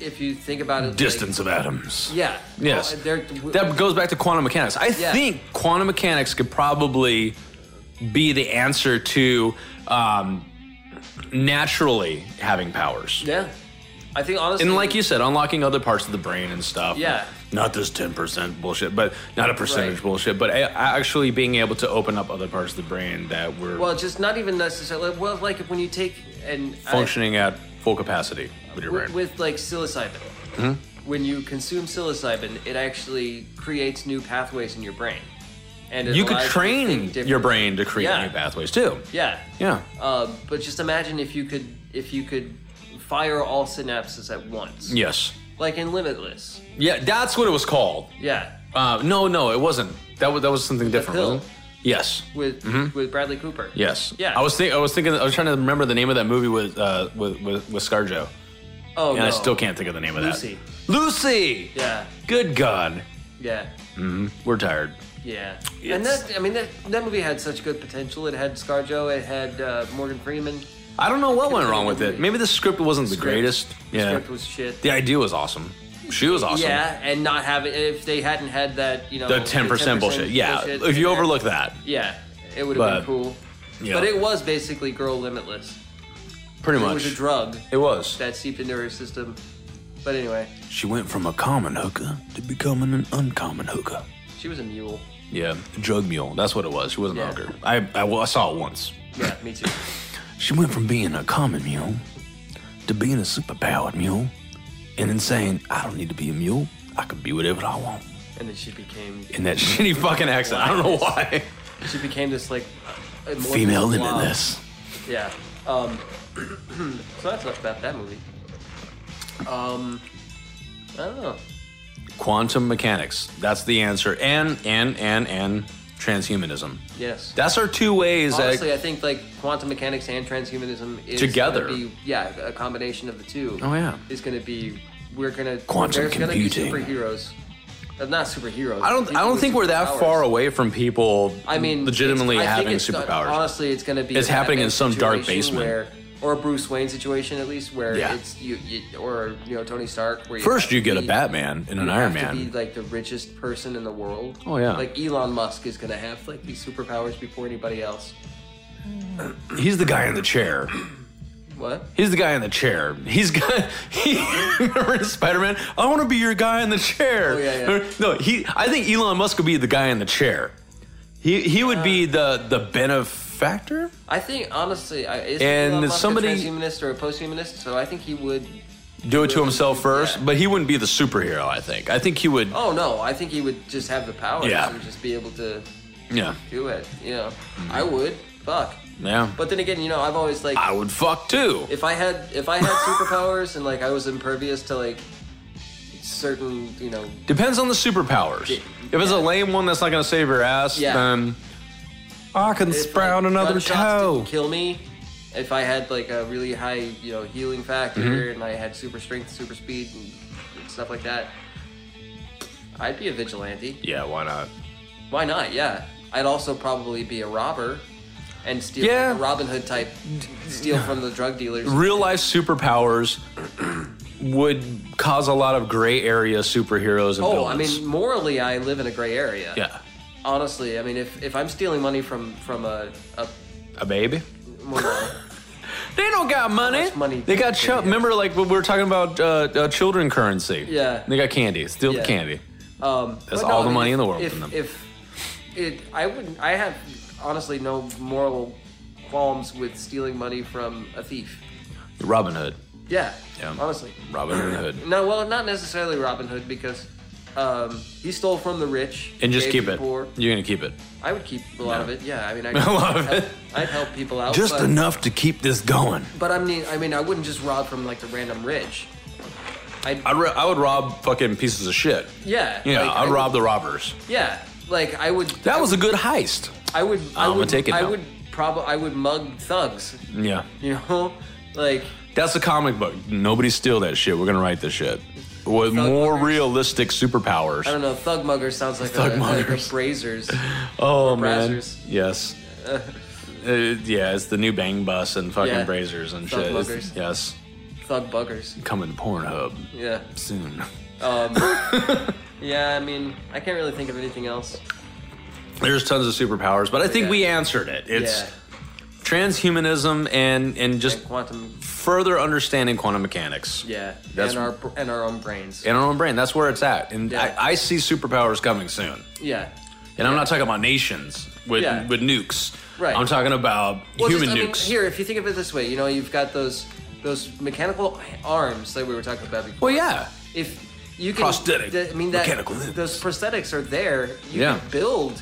[SPEAKER 4] if you think about it, like-
[SPEAKER 3] distance of atoms.
[SPEAKER 4] yeah.
[SPEAKER 3] Yes.
[SPEAKER 4] Well, they're,
[SPEAKER 3] That goes back to quantum mechanics. I
[SPEAKER 4] Yeah.
[SPEAKER 3] think quantum mechanics could probably be the answer to um, naturally having powers.
[SPEAKER 4] yeah. I think honestly.
[SPEAKER 3] And like you said, unlocking other parts of the brain and stuff.
[SPEAKER 4] Yeah.
[SPEAKER 3] Not this 10% bullshit, but not a percentage
[SPEAKER 4] Right.
[SPEAKER 3] bullshit, but a- actually being able to open up other parts of the brain that were
[SPEAKER 4] Well, just not even necessarily. Well, like when you take and
[SPEAKER 3] functioning at full capacity with your
[SPEAKER 4] with,
[SPEAKER 3] brain.
[SPEAKER 4] with like psilocybin.
[SPEAKER 3] Mm-hmm.
[SPEAKER 4] When you consume psilocybin, it actually creates new pathways in your brain, and it
[SPEAKER 3] you could
[SPEAKER 4] allows to
[SPEAKER 3] train
[SPEAKER 4] think
[SPEAKER 3] your
[SPEAKER 4] differently.
[SPEAKER 3] brain to create
[SPEAKER 4] Yeah.
[SPEAKER 3] new pathways too.
[SPEAKER 4] Yeah.
[SPEAKER 3] Yeah.
[SPEAKER 4] Uh, but just imagine if you could if you could fire all synapses at once.
[SPEAKER 3] Yes.
[SPEAKER 4] Like in Limitless.
[SPEAKER 3] Yeah, that's what it was called.
[SPEAKER 4] Yeah.
[SPEAKER 3] Uh, no, no, it wasn't. That was that was something different,
[SPEAKER 4] pill.
[SPEAKER 3] wasn't it? Yes,
[SPEAKER 4] With with Bradley Cooper.
[SPEAKER 3] Mm-hmm. yes.
[SPEAKER 4] Yeah.
[SPEAKER 3] I was think I was thinking. I was trying to remember the name of that movie with uh, with with, with ScarJo,
[SPEAKER 4] Oh
[SPEAKER 3] and
[SPEAKER 4] no.
[SPEAKER 3] I still can't think of the name of
[SPEAKER 4] Lucy.
[SPEAKER 3] that. Lucy.
[SPEAKER 4] Yeah.
[SPEAKER 3] Good God,
[SPEAKER 4] Yeah.
[SPEAKER 3] we're tired.
[SPEAKER 4] Yeah. And that I mean that that movie had such good potential. It had ScarJo, it had uh, Morgan Freeman.
[SPEAKER 3] I don't know what went
[SPEAKER 4] think
[SPEAKER 3] wrong
[SPEAKER 4] of
[SPEAKER 3] with
[SPEAKER 4] the
[SPEAKER 3] it.
[SPEAKER 4] movie.
[SPEAKER 3] Maybe the script wasn't the,
[SPEAKER 4] Script.
[SPEAKER 3] greatest.
[SPEAKER 4] The
[SPEAKER 3] yeah.
[SPEAKER 4] script was shit.
[SPEAKER 3] the idea was awesome. She was awesome.
[SPEAKER 4] Yeah, and not have it if they hadn't had that, you know,
[SPEAKER 3] The ten percent bullshit. Yeah.
[SPEAKER 4] bullshit
[SPEAKER 3] if
[SPEAKER 4] in
[SPEAKER 3] you
[SPEAKER 4] there,
[SPEAKER 3] overlook that,
[SPEAKER 4] Yeah, it would
[SPEAKER 3] But-
[SPEAKER 4] have been cool.
[SPEAKER 3] yeah.
[SPEAKER 4] But it was basically Girl Limitless.
[SPEAKER 3] pretty
[SPEAKER 4] It
[SPEAKER 3] much
[SPEAKER 4] was a drug
[SPEAKER 3] It was.
[SPEAKER 4] that seeped into her system. But anyway,
[SPEAKER 1] She went from a common hooker to becoming an uncommon hooker.
[SPEAKER 4] she was a mule.
[SPEAKER 3] Yeah, drug mule. That's what it was. She wasn't
[SPEAKER 4] Yeah.
[SPEAKER 3] a hooker. I, I well, I saw it once.
[SPEAKER 4] Yeah, me too.
[SPEAKER 1] She went from being a common mule to being a superpowered mule, and then saying, "I don't need to be a mule. I can be whatever I want."
[SPEAKER 4] And then she became
[SPEAKER 3] in that shitty fucking accent. I don't know why.
[SPEAKER 4] she became this like uh, more
[SPEAKER 1] Female
[SPEAKER 4] than a blob.
[SPEAKER 1] limitless.
[SPEAKER 4] Yeah. Um, so that's enough about that movie. Um, I don't know.
[SPEAKER 3] Quantum mechanics. That's the answer. And and and and transhumanism.
[SPEAKER 4] Yes.
[SPEAKER 3] That's our two ways. that-
[SPEAKER 4] Honestly, I think like quantum mechanics and transhumanism is
[SPEAKER 3] Together.
[SPEAKER 4] gonna Be, yeah, a combination of the two.
[SPEAKER 3] Oh, yeah.
[SPEAKER 4] Is going to be we're going to
[SPEAKER 1] Quantum
[SPEAKER 4] there's
[SPEAKER 1] computing.
[SPEAKER 4] Gonna be superheroes. Uh, not superheroes.
[SPEAKER 3] I don't.
[SPEAKER 4] people
[SPEAKER 3] I don't
[SPEAKER 4] with
[SPEAKER 3] think we're that
[SPEAKER 4] superpowers.
[SPEAKER 3] far away from people.
[SPEAKER 4] I mean,
[SPEAKER 3] legitimately
[SPEAKER 4] it's- I think
[SPEAKER 3] having
[SPEAKER 4] it's- uh,
[SPEAKER 3] superpowers.
[SPEAKER 4] honestly, it's going to be
[SPEAKER 3] It's
[SPEAKER 4] a
[SPEAKER 3] happening
[SPEAKER 4] Batman
[SPEAKER 3] in some dark
[SPEAKER 4] situation
[SPEAKER 3] basement.
[SPEAKER 4] where- or a Bruce Wayne situation at least, where
[SPEAKER 3] Yeah.
[SPEAKER 4] it's you, you or you know Tony Stark. Where you
[SPEAKER 3] First,
[SPEAKER 4] have
[SPEAKER 3] you
[SPEAKER 4] to
[SPEAKER 3] get a
[SPEAKER 4] be-
[SPEAKER 3] Batman and an
[SPEAKER 4] you
[SPEAKER 3] Iron
[SPEAKER 4] have to
[SPEAKER 3] Man.
[SPEAKER 4] be like the richest person in the world.
[SPEAKER 3] Oh, yeah.
[SPEAKER 4] Like Elon Musk is going to have like these superpowers before anybody else.
[SPEAKER 3] he's the guy in the chair.
[SPEAKER 4] What?
[SPEAKER 3] He's the guy in the chair. He's got he, remember in Spider-Man. I want to be your guy in the chair.
[SPEAKER 4] Oh, yeah, yeah.
[SPEAKER 3] No, he. I think Elon Musk would be the guy in the chair. He he would be the the benefactor.
[SPEAKER 4] I think honestly, I, is
[SPEAKER 3] And
[SPEAKER 4] Elon Musk
[SPEAKER 3] somebody-
[SPEAKER 4] a transhumanist or a posthumanist, so I think he would.
[SPEAKER 3] Do it to himself first,
[SPEAKER 4] Yeah.
[SPEAKER 3] but he wouldn't be the superhero. I think. I think he would.
[SPEAKER 4] Oh no, I think he would just have the power
[SPEAKER 3] Yeah.
[SPEAKER 4] to just be able to
[SPEAKER 3] Yeah.
[SPEAKER 4] do it. You know, I
[SPEAKER 3] Mm-hmm.
[SPEAKER 4] would. Fuck.
[SPEAKER 3] Yeah.
[SPEAKER 4] But then again, you know, I've always like,
[SPEAKER 3] I would fuck too.
[SPEAKER 4] if I had if I had superpowers and like I was impervious to like certain, you know,
[SPEAKER 3] Depends on the superpowers.
[SPEAKER 4] Yeah.
[SPEAKER 3] If it's a lame one that's not gonna save your ass,
[SPEAKER 4] Yeah.
[SPEAKER 3] then I can
[SPEAKER 4] if,
[SPEAKER 3] sprout
[SPEAKER 4] like,
[SPEAKER 3] another
[SPEAKER 4] gunshots
[SPEAKER 3] toe.
[SPEAKER 4] didn't kill me. If I had like a really high, you know, healing factor
[SPEAKER 3] Mm-hmm.
[SPEAKER 4] and I had super strength, super speed, and stuff like that, I'd be a vigilante.
[SPEAKER 3] Yeah, why not?
[SPEAKER 4] Why not? Yeah. I'd also probably be a robber and steal
[SPEAKER 3] Yeah.
[SPEAKER 4] like a Robin Hood type, steal from the drug dealers.
[SPEAKER 3] real life superpowers would cause a lot of gray area superheroes and
[SPEAKER 4] Oh, I
[SPEAKER 3] villains.
[SPEAKER 4] mean, morally, I live in a gray area.
[SPEAKER 3] yeah,
[SPEAKER 4] Honestly, I mean, if, if I'm stealing money from from a, a
[SPEAKER 3] a baby.
[SPEAKER 4] well,
[SPEAKER 3] They don't got money.
[SPEAKER 4] much money
[SPEAKER 3] they got
[SPEAKER 4] do
[SPEAKER 3] ch-
[SPEAKER 4] they have?
[SPEAKER 3] remember like when we were talking about uh, uh, children currency.
[SPEAKER 4] Yeah.
[SPEAKER 3] they got candy. Steal
[SPEAKER 4] Yeah.
[SPEAKER 3] the candy.
[SPEAKER 4] um,
[SPEAKER 3] That's
[SPEAKER 4] but
[SPEAKER 3] all
[SPEAKER 4] I
[SPEAKER 3] the
[SPEAKER 4] mean,
[SPEAKER 3] money
[SPEAKER 4] if-
[SPEAKER 3] in the world
[SPEAKER 4] If,
[SPEAKER 3] from them.
[SPEAKER 4] if it, I wouldn't. I have honestly no moral qualms with stealing money from a thief.
[SPEAKER 3] Robin Hood.
[SPEAKER 4] Yeah,
[SPEAKER 3] Yeah.
[SPEAKER 4] honestly.
[SPEAKER 3] Robin Hood.
[SPEAKER 4] No, well, not necessarily Robin Hood because um, he stole from the rich
[SPEAKER 3] And just
[SPEAKER 4] gave
[SPEAKER 3] keep
[SPEAKER 4] to the
[SPEAKER 3] it.
[SPEAKER 4] Poor.
[SPEAKER 3] You're gonna keep it.
[SPEAKER 4] I would keep a lot of it. Yeah, I mean, I
[SPEAKER 3] lot of it.
[SPEAKER 4] I'd help people out.
[SPEAKER 1] Just
[SPEAKER 4] but,
[SPEAKER 1] enough to keep this going.
[SPEAKER 4] But I mean, I mean, I wouldn't just rob from like the random rich. I'd,
[SPEAKER 3] I'd ro- I would rob fucking pieces of shit.
[SPEAKER 4] yeah.
[SPEAKER 3] Yeah,
[SPEAKER 4] like,
[SPEAKER 3] I'd
[SPEAKER 4] I
[SPEAKER 3] rob
[SPEAKER 4] would,
[SPEAKER 3] the robbers.
[SPEAKER 4] Yeah, like I would.
[SPEAKER 3] That was a good heist.
[SPEAKER 4] I would. I
[SPEAKER 3] I'ma
[SPEAKER 4] would
[SPEAKER 3] take it
[SPEAKER 4] I
[SPEAKER 3] now.
[SPEAKER 4] would probably. I would mug thugs.
[SPEAKER 3] Yeah.
[SPEAKER 4] You know, like
[SPEAKER 3] That's a comic book. Nobody steal that shit. We're gonna write this shit with more
[SPEAKER 4] Muggers.
[SPEAKER 3] realistic superpowers.
[SPEAKER 4] I don't know. Thug mugger sounds like
[SPEAKER 3] Thug
[SPEAKER 4] a, like a
[SPEAKER 3] muggers.
[SPEAKER 4] brazers.
[SPEAKER 3] Oh man,
[SPEAKER 4] Brazzers.
[SPEAKER 3] yes. Uh, yeah, it's the new Bang Bus and fucking
[SPEAKER 4] Yeah.
[SPEAKER 3] Brazers and
[SPEAKER 4] Thug
[SPEAKER 3] shit. It's-
[SPEAKER 4] muggers.
[SPEAKER 3] Yes,
[SPEAKER 4] Thug buggers.
[SPEAKER 3] coming to Pornhub
[SPEAKER 4] Yeah.
[SPEAKER 3] soon.
[SPEAKER 4] Um, yeah. I mean, I can't really think of anything else.
[SPEAKER 3] There's tons of superpowers, but I think
[SPEAKER 4] Yeah.
[SPEAKER 3] we answered it. It's
[SPEAKER 4] yeah.
[SPEAKER 3] transhumanism and and just
[SPEAKER 4] And quantum.
[SPEAKER 3] further understanding quantum mechanics.
[SPEAKER 4] Yeah.
[SPEAKER 3] That's-
[SPEAKER 4] and our and our own brains.
[SPEAKER 3] In our own brain, that's where it's at, and
[SPEAKER 4] Yeah.
[SPEAKER 3] I, I see superpowers coming soon.
[SPEAKER 4] Yeah.
[SPEAKER 3] And I'm not talking about nations with
[SPEAKER 4] Yeah.
[SPEAKER 3] with nukes.
[SPEAKER 4] Right.
[SPEAKER 3] I'm talking about
[SPEAKER 4] Well,
[SPEAKER 3] human
[SPEAKER 4] just, I mean,
[SPEAKER 3] nukes.
[SPEAKER 4] here, if you think of it this way, you know, you've got those those mechanical arms that we were talking about before.
[SPEAKER 3] well, yeah.
[SPEAKER 4] If you can,
[SPEAKER 3] Prosthetic,
[SPEAKER 4] th- I mean, that
[SPEAKER 1] mechanical limbs.
[SPEAKER 4] those prosthetics are there. You
[SPEAKER 3] Yeah.
[SPEAKER 4] can build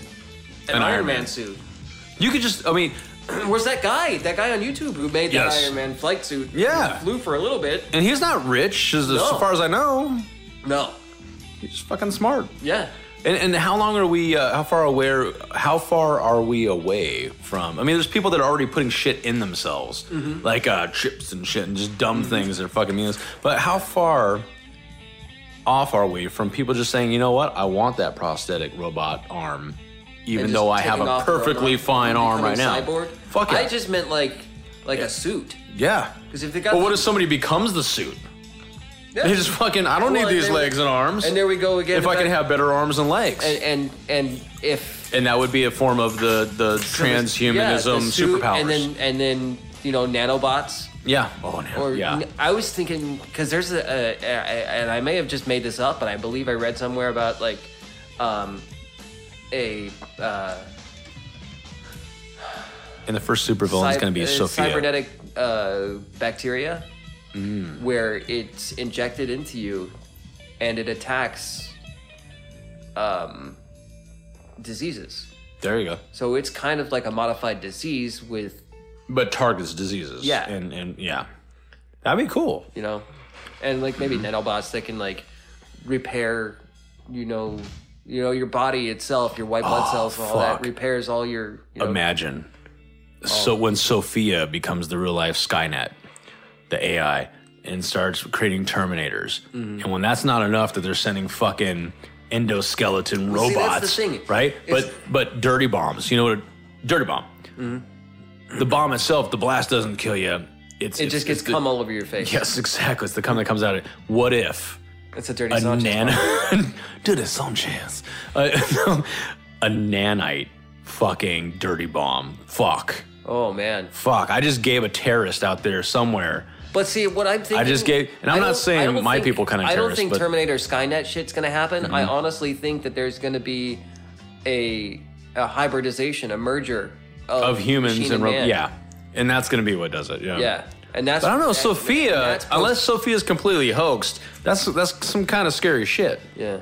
[SPEAKER 4] an,
[SPEAKER 3] An
[SPEAKER 4] Iron,
[SPEAKER 3] Iron
[SPEAKER 4] Man,
[SPEAKER 3] Man.
[SPEAKER 4] suit.
[SPEAKER 3] You could just. I mean,
[SPEAKER 4] Where's that guy? That guy on YouTube who made that
[SPEAKER 3] Yes.
[SPEAKER 4] Iron Man flight suit?
[SPEAKER 3] Yeah.
[SPEAKER 4] flew for a little bit.
[SPEAKER 3] and he's not rich, as, as
[SPEAKER 4] No.
[SPEAKER 3] far as I know.
[SPEAKER 4] No.
[SPEAKER 3] He's fucking smart.
[SPEAKER 4] Yeah.
[SPEAKER 3] And, and how long are we? Uh, how far aware? How far are we away from? I mean, there's people that are already putting shit in themselves,
[SPEAKER 4] Mm-hmm.
[SPEAKER 3] like uh, chips and shit, and just dumb things that are fucking meaningless. But how far off are we from people just saying, you know what, I want that prosthetic robot arm, even
[SPEAKER 4] And
[SPEAKER 3] though
[SPEAKER 4] just
[SPEAKER 3] I have
[SPEAKER 4] taking
[SPEAKER 3] a
[SPEAKER 4] off their own
[SPEAKER 3] perfectly
[SPEAKER 4] arm,
[SPEAKER 3] fine arm right
[SPEAKER 4] becoming
[SPEAKER 3] now?
[SPEAKER 4] Cyborg.
[SPEAKER 3] Fuck it.
[SPEAKER 4] I just meant like like a suit.
[SPEAKER 3] yeah.
[SPEAKER 4] 'Cause if they got
[SPEAKER 3] But what
[SPEAKER 4] the-
[SPEAKER 3] if somebody becomes the suit?
[SPEAKER 4] Yeah.
[SPEAKER 3] They just fucking. I don't
[SPEAKER 4] Well,
[SPEAKER 3] need
[SPEAKER 4] and
[SPEAKER 3] these
[SPEAKER 4] there we-
[SPEAKER 3] legs and arms.
[SPEAKER 4] and there we go again.
[SPEAKER 3] if I
[SPEAKER 4] about-
[SPEAKER 3] can have better arms and legs.
[SPEAKER 4] and and, and if
[SPEAKER 3] and that would be a form of the the transhumanism
[SPEAKER 4] Yeah, the suit,
[SPEAKER 3] superpowers.
[SPEAKER 4] and then and then you know nanobots
[SPEAKER 3] yeah. Oh no.
[SPEAKER 4] or
[SPEAKER 3] yeah.
[SPEAKER 4] I was thinking because there's a, a, a and I may have just made this up, but I believe I read somewhere about like um a uh,
[SPEAKER 3] and the first supervillain is
[SPEAKER 4] cy-
[SPEAKER 3] going to be
[SPEAKER 4] uh,
[SPEAKER 3] Sophia.
[SPEAKER 4] cybernetic uh, bacteria
[SPEAKER 3] Mm.
[SPEAKER 4] where it's injected into you and it attacks um diseases.
[SPEAKER 3] There you go.
[SPEAKER 4] So it's kind of like a modified disease with
[SPEAKER 3] But targets diseases.
[SPEAKER 4] Yeah.
[SPEAKER 3] And and yeah. That'd be cool.
[SPEAKER 4] you know, and like
[SPEAKER 3] Mm-hmm.
[SPEAKER 4] maybe nanobots that can like repair, you know, you know your body itself, your white blood cells, and all that
[SPEAKER 3] Oh, fuck.
[SPEAKER 4] repairs all your. You know,
[SPEAKER 3] Imagine.
[SPEAKER 4] Oh.
[SPEAKER 3] So when Sophia becomes the real life Skynet, the AI, and starts creating Terminators,
[SPEAKER 4] Mm-hmm.
[SPEAKER 3] and when that's not enough, that they're sending fucking endoskeleton
[SPEAKER 4] Well, see, that's the
[SPEAKER 3] robots,
[SPEAKER 4] thing.
[SPEAKER 3] right?
[SPEAKER 4] It's-
[SPEAKER 3] but but dirty bombs. You know what? A dirty bomb. The bomb itself, the blast doesn't kill you. It's
[SPEAKER 4] Mm-hmm. it just gets
[SPEAKER 3] the,
[SPEAKER 4] cum all over your face.
[SPEAKER 3] Yes, exactly. It's the cum that comes out of it. What if?
[SPEAKER 4] it's a dirty
[SPEAKER 3] a
[SPEAKER 4] Sanchez bomb.
[SPEAKER 3] nan dude it's Uh, some chance a, a nanite fucking dirty bomb fuck
[SPEAKER 4] Oh man.
[SPEAKER 3] Fuck, I just gave a terrorist out there somewhere.
[SPEAKER 4] But see, what I'm thinking,
[SPEAKER 3] just gave- and I'm not
[SPEAKER 4] don't-
[SPEAKER 3] saying
[SPEAKER 4] don't
[SPEAKER 3] my
[SPEAKER 4] think-
[SPEAKER 3] people kind of
[SPEAKER 4] I don't
[SPEAKER 3] terrorists,
[SPEAKER 4] think
[SPEAKER 3] but- Mm-hmm.
[SPEAKER 4] Terminator Skynet shit's gonna happen. I honestly think that there's gonna be a a hybridization, a merger of,
[SPEAKER 3] Of humans
[SPEAKER 4] machine
[SPEAKER 3] and ro-
[SPEAKER 4] man.
[SPEAKER 3] yeah, and that's gonna be what does it. Yeah.
[SPEAKER 4] yeah, and that's.
[SPEAKER 3] But I don't know,
[SPEAKER 4] that's-
[SPEAKER 3] Sophia.
[SPEAKER 4] that's-
[SPEAKER 3] Unless Sophia's completely hoaxed, that's that's some kind of scary shit.
[SPEAKER 4] yeah,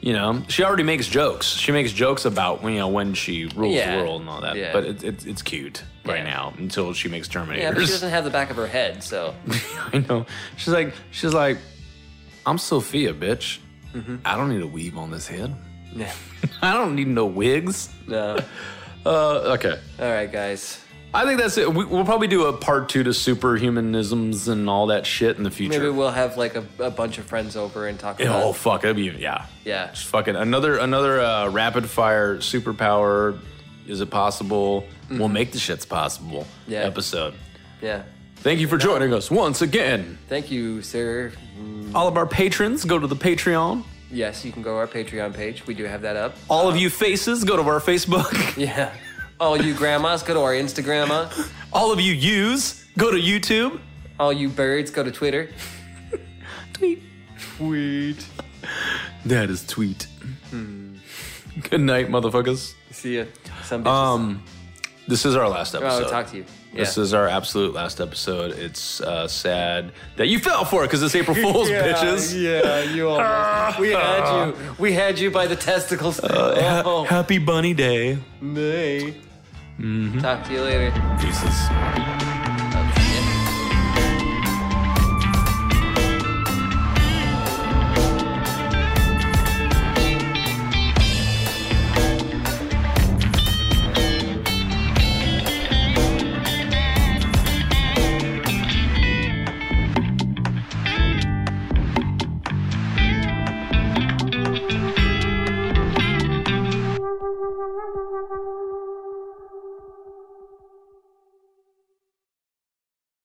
[SPEAKER 3] You know, she already makes jokes. She makes jokes about you know when she rules
[SPEAKER 4] Yeah.
[SPEAKER 3] the world and all that.
[SPEAKER 4] Yeah.
[SPEAKER 3] But it, it, it's cute right
[SPEAKER 4] Yeah.
[SPEAKER 3] now until she makes Terminators.
[SPEAKER 4] yeah, but she doesn't have the back of her head, so
[SPEAKER 3] I know. She's like, she's like, I'm Sophia, bitch. I don't need a weave on this head.
[SPEAKER 4] Mm-hmm. yeah.
[SPEAKER 3] I don't need no wigs.
[SPEAKER 4] no.
[SPEAKER 3] Uh, okay.
[SPEAKER 4] All right, guys.
[SPEAKER 3] I think that's it. We, we'll probably do a part two to superhumanisms and all that shit in the future.
[SPEAKER 4] Maybe we'll have like a, a bunch of friends over and talk about.
[SPEAKER 3] oh fuck, that'd be yeah.
[SPEAKER 4] Yeah.
[SPEAKER 3] Just fucking another another uh, rapid fire superpower. Is it possible? We'll make the shits possible.
[SPEAKER 4] Mm-hmm. Yeah.
[SPEAKER 3] Episode.
[SPEAKER 4] Yeah.
[SPEAKER 3] Thank you for joining us once again.
[SPEAKER 4] Thank you, sir. Mm-hmm.
[SPEAKER 3] All of our patrons go to the Patreon.
[SPEAKER 4] Yes, you can go to our Patreon page. We do have that up.
[SPEAKER 3] All of you faces go to our Facebook.
[SPEAKER 4] Yeah. All you grandmas, go to our Instagram. huh?
[SPEAKER 3] All of you yous go to YouTube.
[SPEAKER 4] All you birds, go to Twitter.
[SPEAKER 3] Tweet. Tweet. That is tweet. Hmm. Good night, motherfuckers.
[SPEAKER 4] See ya. Some bitches.
[SPEAKER 3] Um, this is our last
[SPEAKER 4] oh,
[SPEAKER 3] episode.
[SPEAKER 4] talk to you. Yeah.
[SPEAKER 3] This is our absolute last episode. It's uh, sad that you fell for it because it's April Fool's, bitches.
[SPEAKER 4] Yeah, you almost. we had you. We had you by the testicles.
[SPEAKER 3] Uh,
[SPEAKER 4] oh,
[SPEAKER 3] Happy Bunny Day. Mm-hmm.
[SPEAKER 4] nay. Talk to you later.
[SPEAKER 1] Jesus.
[SPEAKER 3] Peace.